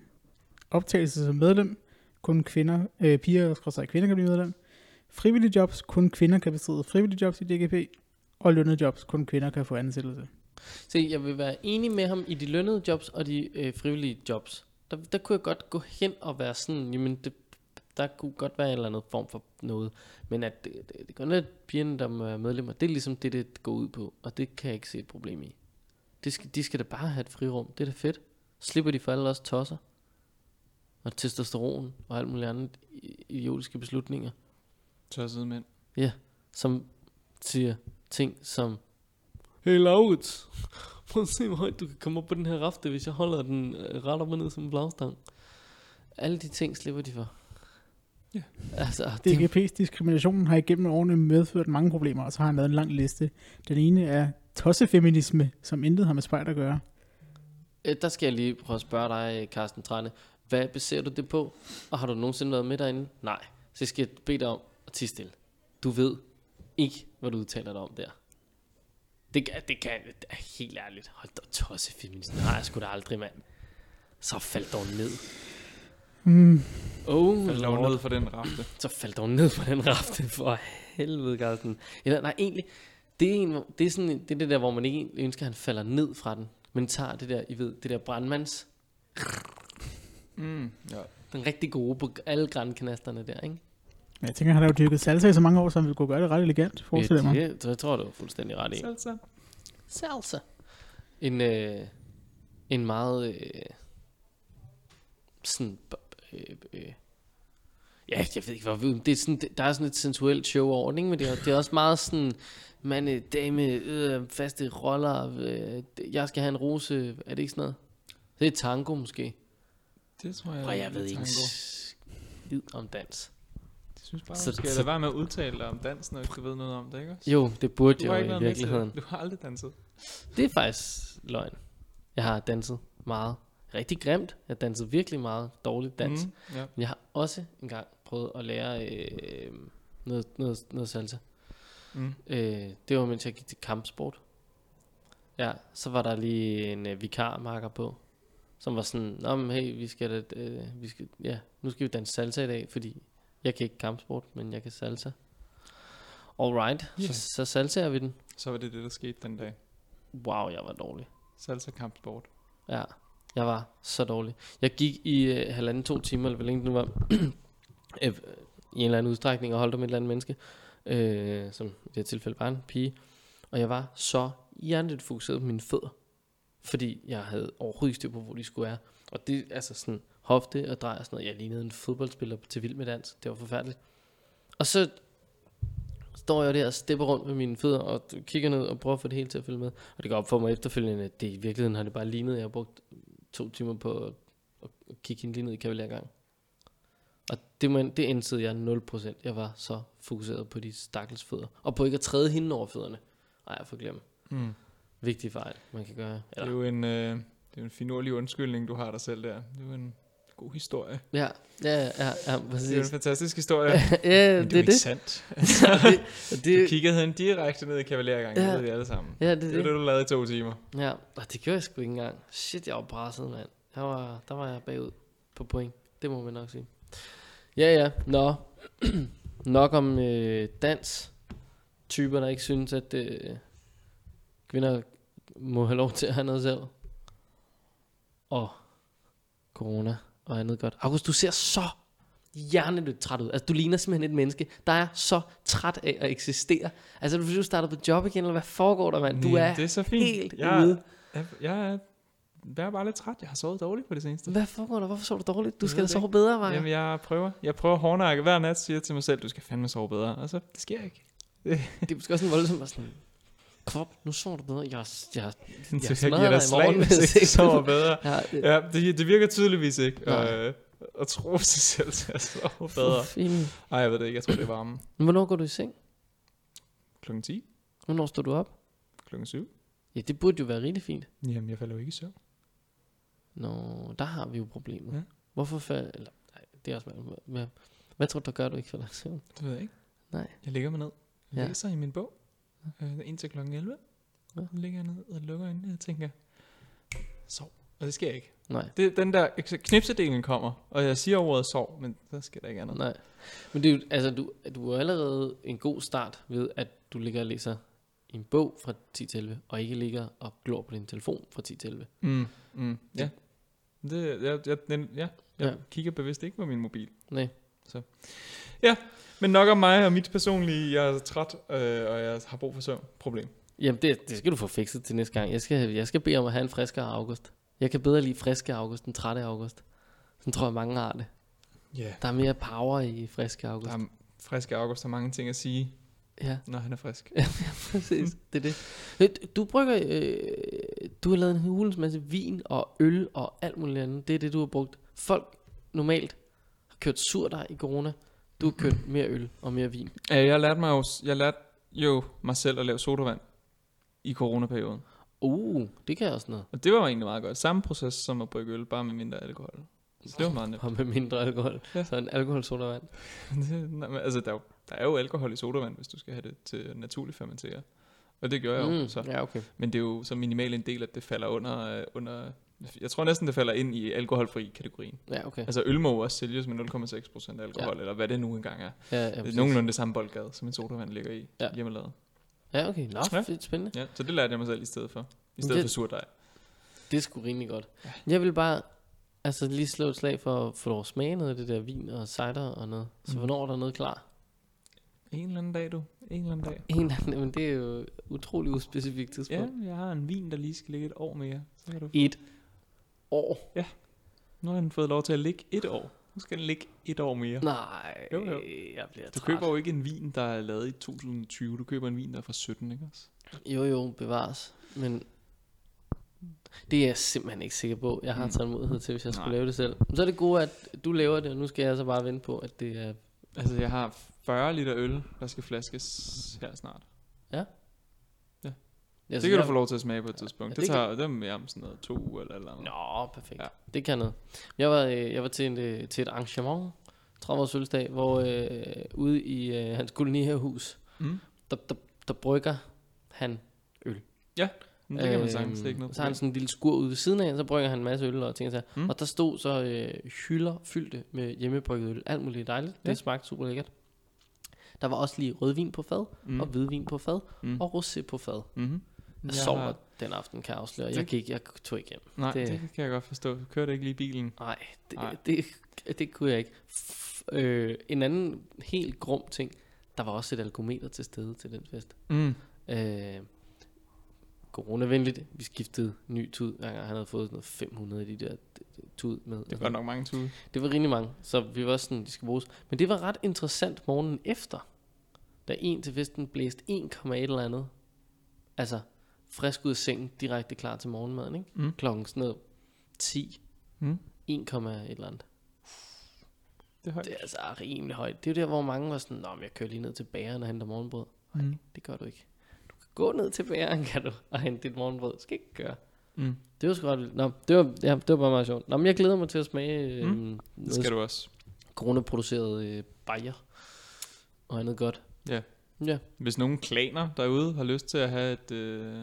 S3: optagelse som medlem. Kun kvinder, øh, piger og kvinder kan blive medlem. Frivillige jobs, kun kvinder kan bestride frivillige jobs i DGB. Og lønnede jobs, kun kvinder kan få ansættelse.
S1: Se, jeg vil være enig med ham i de lønnede jobs og de øh, frivillige jobs. Der, der kunne jeg godt gå hen og være sådan, jamen det, der kunne godt være en eller anden form for noget. Men at det, det, det kun er pigerne, der må være medlemmer, det er ligesom det, det går ud på. Og det kan jeg ikke se et problem i. Det skal, de skal da bare have et frirum. Det er da fedt. Slipper de for alle os tosser. Og testosteron og alt muligt andet i- idiotiske beslutninger
S2: Tørsede mænd.
S1: som siger ting som, Hey Laurits, prøv at se, hvor højt du kan komme op på den her rafte, hvis jeg holder den øh, ret op og ned som en flagstang. Alle de ting slipper de for.
S2: Ja.
S1: Altså, det, det,
S3: DGP's diskrimination har igennem årene medført mange problemer, og så har han lavet en lang liste. Den ene er tossefeminisme, som intet har med spejder at gøre.
S1: øh, der skal jeg lige prøve at spørge dig, Carsten Trane. Hvad baserer du det på? Og har du nogensinde været med derinde? Nej. Så skal jeg bede dig om at tige stille. Du ved ikke, hvad du udtaler dig om der. Det, kan- det kan det er helt ærligt. Hold da tosse, feminist. Nej, jeg skulle da aldrig, mand. Så faldt dog ned.
S3: Mm,
S1: Oh,
S2: Faldt dog
S1: lord.
S2: ned for den rafte.
S1: Så faldt hun ned på den rafte for helvede, Carsten. Eller, nej, egentlig, det er, en, hvor- det er sådan, en- det, er det der, hvor man ikke egentlig ønsker, at han falder ned fra den, men tager det der, I ved, det der brandmands,
S2: Mm, ja.
S1: den rigtig gode på alle grandknasterne der, ikke?
S3: men jeg tænker, han har jo dyrket salsa i så mange år, så han ville kunne gøre det ret elegant, forestiller jeg mig.
S1: Ja, det, det, tror jeg, du er fuldstændig ret i.
S2: Salsa. altså.
S1: Salsa. En, øh, en meget, øh, sådan, b- øh, øh, ja, jeg ved ikke, hvad, det er sådan, det, der er sådan et sensuelt show over den, ikke? men det er, det er også meget sådan, mand, øh, dame, øh, faste roller, øh, jeg skal have en rose, er det ikke sådan noget? Det er tango måske,
S2: Det tror jeg.
S1: og
S2: er
S1: jeg ved ikke en
S2: Øh, tango.
S1: skid om dans.
S2: Jeg synes bare,
S1: Så-
S2: så, du skal
S1: så-
S2: lade være med at udtale dig om dans, når du ikke ved noget om det, ikke også?
S1: Jo, det
S2: Du
S1: burde
S2: har
S1: jeg
S2: ikke
S1: jo i
S2: været med til
S1: virkeligheden.
S2: det. Du har aldrig danset.
S1: Det er faktisk løgn. Jeg har danset meget. Rigtig grimt. Jeg dansede virkelig meget dårligt dans. Mm.
S2: Mm, ja.
S1: Men jeg har også engang prøvet at lære øh, noget, noget, noget salsa.
S2: Mm.
S1: Øh, det var, mens jeg gik til kampsport. Ja, så var der lige en øh, vikarmarker på, som var sådan, Nå, men hey, vi skal, da, øh, vi skal, ja, nu skal vi danse salsa i dag, fordi jeg kan ikke kampsport, men jeg kan salsa. Alright, yes.
S2: Yes.
S1: så, så salsaer vi den.
S2: Så var det det, der skete den dag.
S1: Wow, jeg var dårlig.
S2: Salsa kampsport.
S1: Ja, jeg var så dårlig. Jeg gik i øh, halvanden, to timer, eller hvor længe det nu var, øh, i en eller anden udstrækning og holdt om et eller andet menneske, øh, som i det her tilfælde var en pige. Og jeg var så hjernet fokuseret på mine fødder, fordi jeg havde overhovedet ikke styr på, hvor de skulle være. Og det altså sådan hofte og drej og sådan noget. Jeg lignede en fodboldspiller til vild med dans. Det var forfærdeligt. Og så står jeg der og stepper rundt med mine fødder og kigger ned og prøver at få det hele til at følge med. Og det går op for mig efterfølgende, at det i virkeligheden har det bare lignet, at jeg har brugt to timer på at, at kigge hende lige ned i kavalergang. Og det, man, det indsede jeg 0%. Jeg var så fokuseret på de stakkels fødder. Og på ikke at træde hende over fødderne. Ej, jeg får glemt.
S2: Mm.
S1: Vigtig fejl, man kan gøre.
S2: Det er
S1: Eller,
S2: jo en, øh, det er jo en finurlig undskyldning, du har dig selv der. Det er jo en god historie.
S1: ja, ja, ja, ja,
S2: Det er jo en
S1: præcis.
S2: fantastisk historie.
S1: ja,
S2: Men
S1: det er
S2: ikke
S1: det.
S2: sandt.
S1: Og det, og
S2: Du
S1: det,
S2: kiggede hende direkte ned i kavalergangen,
S1: Ja.
S2: det ved vi alle sammen.
S1: ja, det,
S2: Det var
S1: er
S2: det,
S1: det.
S2: du lavede i to timer.
S1: Ja, og det gjorde jeg sgu ikke engang. Shit, jeg var presset, mand. Der var, der var jeg bagud på point. Det må man nok sige. Ja, ja. Nå. nok om øh, dans. Typer, der ikke synes, at øh, kvinder må have lov til at have noget selv. Og corona og andet godt. August, du ser så hjernedødt træt ud. Altså, du ligner simpelthen et menneske, der er så træt af at eksistere. Altså, er du fordi, du starter på job igen, eller hvad foregår der, mand? Du
S2: Næh,
S1: er
S2: det er så fint.
S1: helt
S2: jeg,
S1: ude.
S2: Jeg, jeg, er- jeg er bare lidt træt. Jeg har sovet dårligt på det seneste.
S1: Hvad foregår der? Hvorfor sover du dårligt? Du
S2: Jeg
S1: skal da
S2: ved det
S1: sove bedre, Maja.
S2: Jamen, jeg prøver. Jeg prøver hårdnakke. Hver nat siger jeg til mig selv, du skal fandme sove bedre. Og så, det sker ikke.
S1: Det er måske også en voldsom at sådan... Krop, nu sover du bedre. Jeg, er- jeg, er-
S2: Jeg, jeg
S1: smadrer dig
S2: giver dig
S1: i
S2: slag,
S1: morgen,
S2: hvis
S1: hvis
S2: ikke du
S1: ikke
S2: sover
S1: du-
S2: bedre.
S1: jeg, jeg,
S2: Ja, det, det virker tydeligvis ikke
S1: Nej.
S2: at, øh, at tro sig selv til at sove bedre.
S1: jeg,
S2: Nej, jeg ved det ikke. Jeg tror, det er varmen.
S1: Hvornår går du i seng?
S2: Klokken 10?
S1: Hvornår står du op?
S2: Klokken 7?
S1: Ja, det burde jo være rigtig fint.
S2: Jamen, jeg falder jo ikke i søvn.
S1: Nå, der har vi jo problemet.
S2: Ja.
S1: Hvorfor falder... Eller, nej, det er også... Hvad, hvad, hvad tror du, der gør, at du ikke falder i søvn?
S2: Det ved jeg ikke.
S1: Nej.
S2: Jeg lægger mig ned. Jeg
S1: Ja.
S2: ja. læser i min bog. Øh, indtil klokken 11.
S1: Ja.
S2: Ja. Ligger jeg ned og lukker øjnene og tænker, sov. Og det sker ikke.
S1: Nej,
S2: Det, den der knipsedelen kommer, og jeg siger ordet sov, men der sker der ikke andet.
S1: nej. Men det er jo, altså, du, du er jo allerede en god start ved, at du ligger og læser en bog fra 10 til 11, og ikke ligger og glor på din telefon fra 10 til 11.
S2: Mm, mm, ja. Det, jeg, jeg, den, ja, jeg
S1: Ja.
S2: ja. kigger bevidst ikke på min mobil.
S1: Nej.
S2: Men nok om mig og mit personlige, jeg er træt, øh, og jeg har brug for søvn. Problem.
S1: Jamen, det, det skal du få fikset til næste gang. Jeg skal, jeg skal bede om at have en friskere august. Jeg kan bedre lide friske august end trætte august. Sådan tror jeg, mange har det.
S2: Ja. Yeah.
S1: Der er mere power i friske august.
S2: Der er friske August har mange ting at sige,
S1: Ja,
S2: når han er frisk.
S1: præcis. det er det. Øh, Du brygger... Øh, du har lavet en hulens masse vin og øl og alt muligt andet. Det er det, du har brugt. Folk normalt har kørt surdej i corona. Du har kørt mere øl og mere vin.
S2: Ja, jeg lærte, mig jo, jeg lærte jo mig selv at lave sodavand i coronaperioden.
S1: Uh, det kan jeg også noget.
S2: Og det var jo egentlig meget godt. Samme proces som at brygge øl, bare med mindre alkohol. Så det var meget nemt.
S1: Og med mindre alkohol.
S2: Ja.
S1: Ja. Så en alkoholsodavand.
S2: Nå, men altså, der er, jo, der er jo alkohol i sodavand, hvis du skal have det til at naturligt fermentere. Og det gør jeg jo. Så.
S1: Mm. Ja, okay.
S2: Men det er jo så minimal en del, at det falder under, øh, under... Jeg tror næsten, det falder ind i alkoholfri kategorien.
S1: Ja, okay.
S2: Altså øl må jo også sælges med 0,6% alkohol, ja. eller hvad det nu engang er.
S1: Ja, ja,
S2: Det
S1: præcis.
S2: er øh, nogenlunde det samme boldgade, som en sodavand ligger i ja.
S1: Ja.
S2: hjemmelavet.
S1: ja okay. Nå,
S2: Ja.
S1: fedt, spændende.
S2: Ja, så det lærte jeg mig selv i stedet for. I
S1: Men
S2: stedet det...
S1: det-
S2: for surdej.
S1: Det er sgu rimelig godt. Jeg vil bare altså lige slå et slag for at få lov at smage noget af det der vin og cider og noget. Så
S2: Mm.
S1: hvornår er der noget klar?
S2: En eller anden dag, du. En eller anden dag.
S1: En eller anden, men det er jo et utrolig uspecifikt
S2: Ja,
S1: tidspunkt.
S2: jeg har en vin, der lige skal ligge et år mere. Så kan du...
S1: Ja. Et år.
S2: Nu har den fået lov til at ligge et år. Nu skal den ligge et år mere.
S1: Nej,
S2: Jo, jo.
S1: jeg bliver
S2: Du
S1: træt.
S2: køber jo ikke en vin, der er lavet i 2020. Du køber en vin, der er fra 17, ikke også?
S1: Jo, jo, bevares. Men det er jeg simpelthen ikke sikker på, jeg har
S2: Mm.
S1: tålmodighed til, hvis jeg skulle
S2: Nej.
S1: lave det selv. Men så er det gode, at du laver det, og nu skal jeg så bare vente på, at det er...
S2: Altså, jeg har 40 liter øl, der skal flaskes her snart. Altså, det kan
S1: jeg-
S2: du få lov til at smage på et tidspunkt.
S1: Ja,
S2: det, det
S1: det kan-
S2: tager det er mere om sådan noget to uger eller et eller andet.
S1: Nå, perfekt.
S2: Ja.
S1: Ja. Det kan noget. Jeg var, øh, jeg var til, en, øh, til et arrangement, 30 års fødselsdag, hvor øh, ude i øh, hans kolonihavehus,
S2: Mm.
S1: der, der, der brygger han. øh,
S2: Men Mm, det kan man sagtens, det er ikke noget
S1: Øhm, så har han
S2: problem.
S1: sådan en lille skur ude ved siden af, og så brygger han en masse øl og ting og sager.
S2: Mm.
S1: Mm. Og der stod så øh, hylder fyldte med hjemmebrygget øl. Alt muligt dejligt. Det
S2: Ja.
S1: smagte super lækkert. Der var også lige rødvin på fad,
S2: Mm.
S1: mm. og hvidvin på fad,
S2: Mm.
S1: mm. og rosé på fad.
S2: Mm-hmm.
S1: Jeg ja. sover den aften, kan jeg afsløre. Jeg,
S2: Det-
S1: gik, jeg tog ikke hjem.
S2: Nej, det...
S1: Det-
S2: det kan jeg godt forstå. Du kørte ikke lige bilen.
S1: Nej, det,
S2: Nej.
S1: det, det kunne jeg ikke. F- øh, en anden helt grum ting, der var også et alkometer til stede til den fest.
S2: Mm.
S1: Øh, coronavenligt, vi skiftede ny tud, hver gang han havde fået sådan noget 500 af de der øh, tud med.
S2: Det var nok mange tude.
S1: det var rimelig mange, så vi var sådan, de skal bruges. Men det var ret interessant morgenen efter, da en til festen blæste 1,1 eller andet. Altså, frisk ud af sengen, direkte klar til morgenmaden, ikke?
S2: Mm.
S1: Klokken sådan noget 10,
S2: Mm.
S1: 1, et eller andet.
S2: Det er højt.
S1: Det er altså rimelig højt. Det er jo der, hvor mange var sådan, Nå, men jeg kører lige ned til bageren og henter morgenbrød.
S2: Mm.
S1: Det gør du ikke. Du kan gå ned til bageren, kan du, og hente dit morgenbrød. Det skal ikke gøre.
S2: Mm.
S1: Det var sgu ret vildt. Nå, det var, ja, det var bare meget sjovt. Nå, men jeg glæder mig til at smage øh,
S2: Mm.
S1: mm.
S2: Det
S1: noget
S2: skal du også.
S1: coronaproduceret øh, bajer. Og andet godt.
S2: Ja.
S1: Ja.
S2: Hvis nogen klaner derude har lyst til at have et... Øh,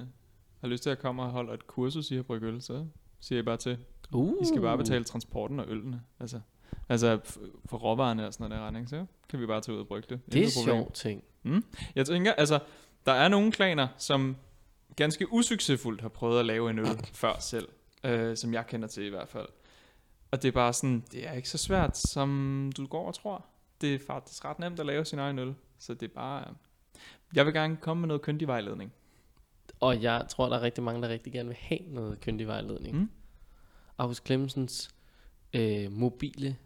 S2: har lyst til at komme og holde et kursus i at brygge øl, så siger jeg bare til.
S1: Uh.
S2: I skal bare betale transporten og ølene. Altså, altså f- for råvarerne og sådan noget der regning, så kan vi bare tage ud og brygge det.
S1: Det er
S2: Intet problem.
S1: sjovt ting.
S2: Jeg tænker, altså, der er nogle klaner, som ganske usuccesfuldt har prøvet at lave en øl før selv, øh, som jeg kender til i hvert fald. Og det er bare sådan, det er ikke så svært, som du går og tror. Det er faktisk ret nemt at lave sin egen øl, så det er bare... øh, Jeg vil gerne komme med noget køndig vejledning.
S1: Og jeg tror, der er rigtig mange, der rigtig gerne vil have noget køndig vejledning.
S2: Mm.
S1: Mm. August Clemensens øh, mobile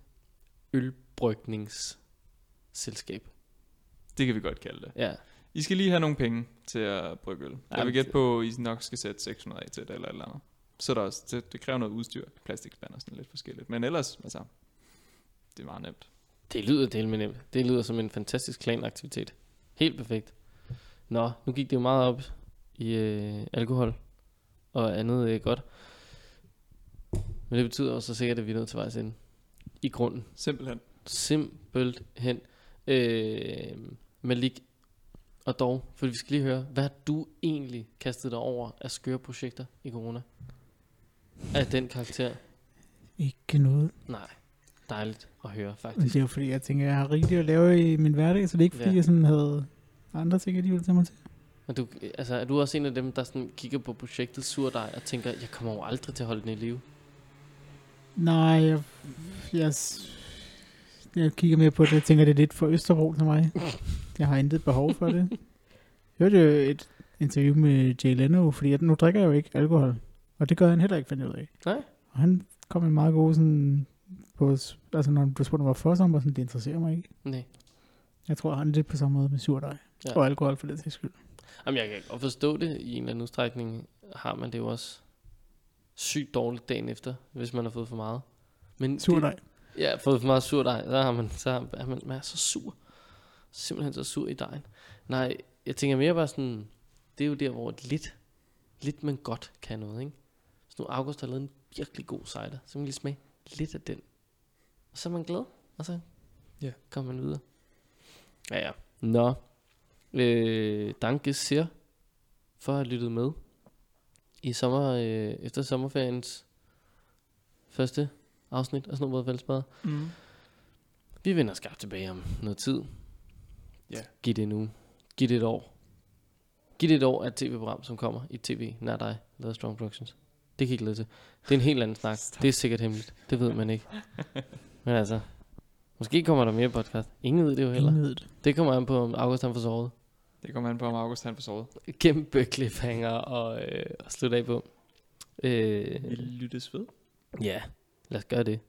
S1: ølbrygningsselskab.
S2: Det kan vi godt kalde det.
S1: Ja,
S2: I skal lige have nogle penge til at brygge øl. Jeg
S1: Jamen,
S2: vil gætte
S1: det-
S2: på, at I nok skal sætte 600 af til det eller et eller andet. Så er der også, det, det kræver noget udstyr, plastikspand og sådan lidt forskelligt. Men ellers, altså, det er meget nemt.
S1: det lyder del med nemt. Det lyder som en fantastisk klanaktivitet. Helt perfekt. Nå, nu gik det jo meget op i øh, alkohol og andet øh, godt. Men det betyder også sikkert, at vi er nødt til vejs ende. I grunden.
S2: Simpelthen.
S1: simpelthen øh, Malik og dog, for vi skal lige høre, hvad har du egentlig kastet dig over af skøre projekter i corona? Af den karakter?
S3: Ikke noget.
S1: Nej. Dejligt at høre,
S3: Men
S1: faktisk.
S3: det er jo fordi, jeg tænker, jeg har rigeligt at lave i min hverdag, så det er ikke fordi,
S1: Ja.
S3: jeg sådan havde andre ting, jeg lige ville tage mig til.
S1: Men du, altså, er du også en af dem, der sådan kigger på projektet Surdej og tænker, jeg kommer jo aldrig til at holde den i live?
S3: Nej, jeg, jeg, s- jeg kigger mere på det. Jeg tænker, det er lidt for Østerbro til mig. Jeg har intet behov for det. Jeg hørte jo et interview med Jay Leno, fordi at nu drikker jeg jo ikke alkohol. Og det gør han heller ikke, fandt jeg ud af.
S1: Nej.
S3: Og han kom med en meget god sådan... På, s- altså når han blev spurgt, hvorfor, så var han bare sådan, det interesserer mig ikke.
S1: Nej.
S3: Jeg tror, han er lidt på samme måde med surdej.
S1: Ja.
S3: Ja. Og alkohol for den sags skyld.
S1: Jamen, jeg kan godt forstå det. I en eller anden udstrækning har man det jo også sygt dårligt dagen efter, hvis man har fået for meget. Men det-
S3: Surdej.
S1: Ja, fået for meget sur dej, så, har man, så er man, man er så sur. Simpelthen så sur i dejen. Nej, jeg tænker mere bare sådan, det er jo der, hvor et lidt, lidt men godt kan noget, ikke? Så nu August har lavet en virkelig god cider, så man kan lige smage lidt af den. Og så er man glad, og så
S2: Ja.
S1: kommer man videre. Ja, ja. Nå. Øh, danke ser for at have lyttet med i sommer, øh, efter sommerferiens første afsnit af Snobrød Fællesbad.
S2: Mm.
S1: Vi vender skarpt tilbage om noget tid.
S2: Ja.
S1: Giv det nu. Giv det et år. Giv det et år af et tv-program, som kommer i tv nær dig, lavet af Strong Productions. Det kan I glæde til. Det er en helt anden snak. Det er sikkert hemmeligt. Det ved man ikke. Men altså, måske kommer der mere podcast. Ingen ved det jo heller.
S3: Ingen ved det.
S1: Det kommer an på, om August han får sovet.
S2: Det kommer an på, om August han får sovet.
S1: Kæmpe cliffhanger og, øh, at slutte af på. Øh,
S2: Vi lyttes ved.
S1: ja, lad os gøre det.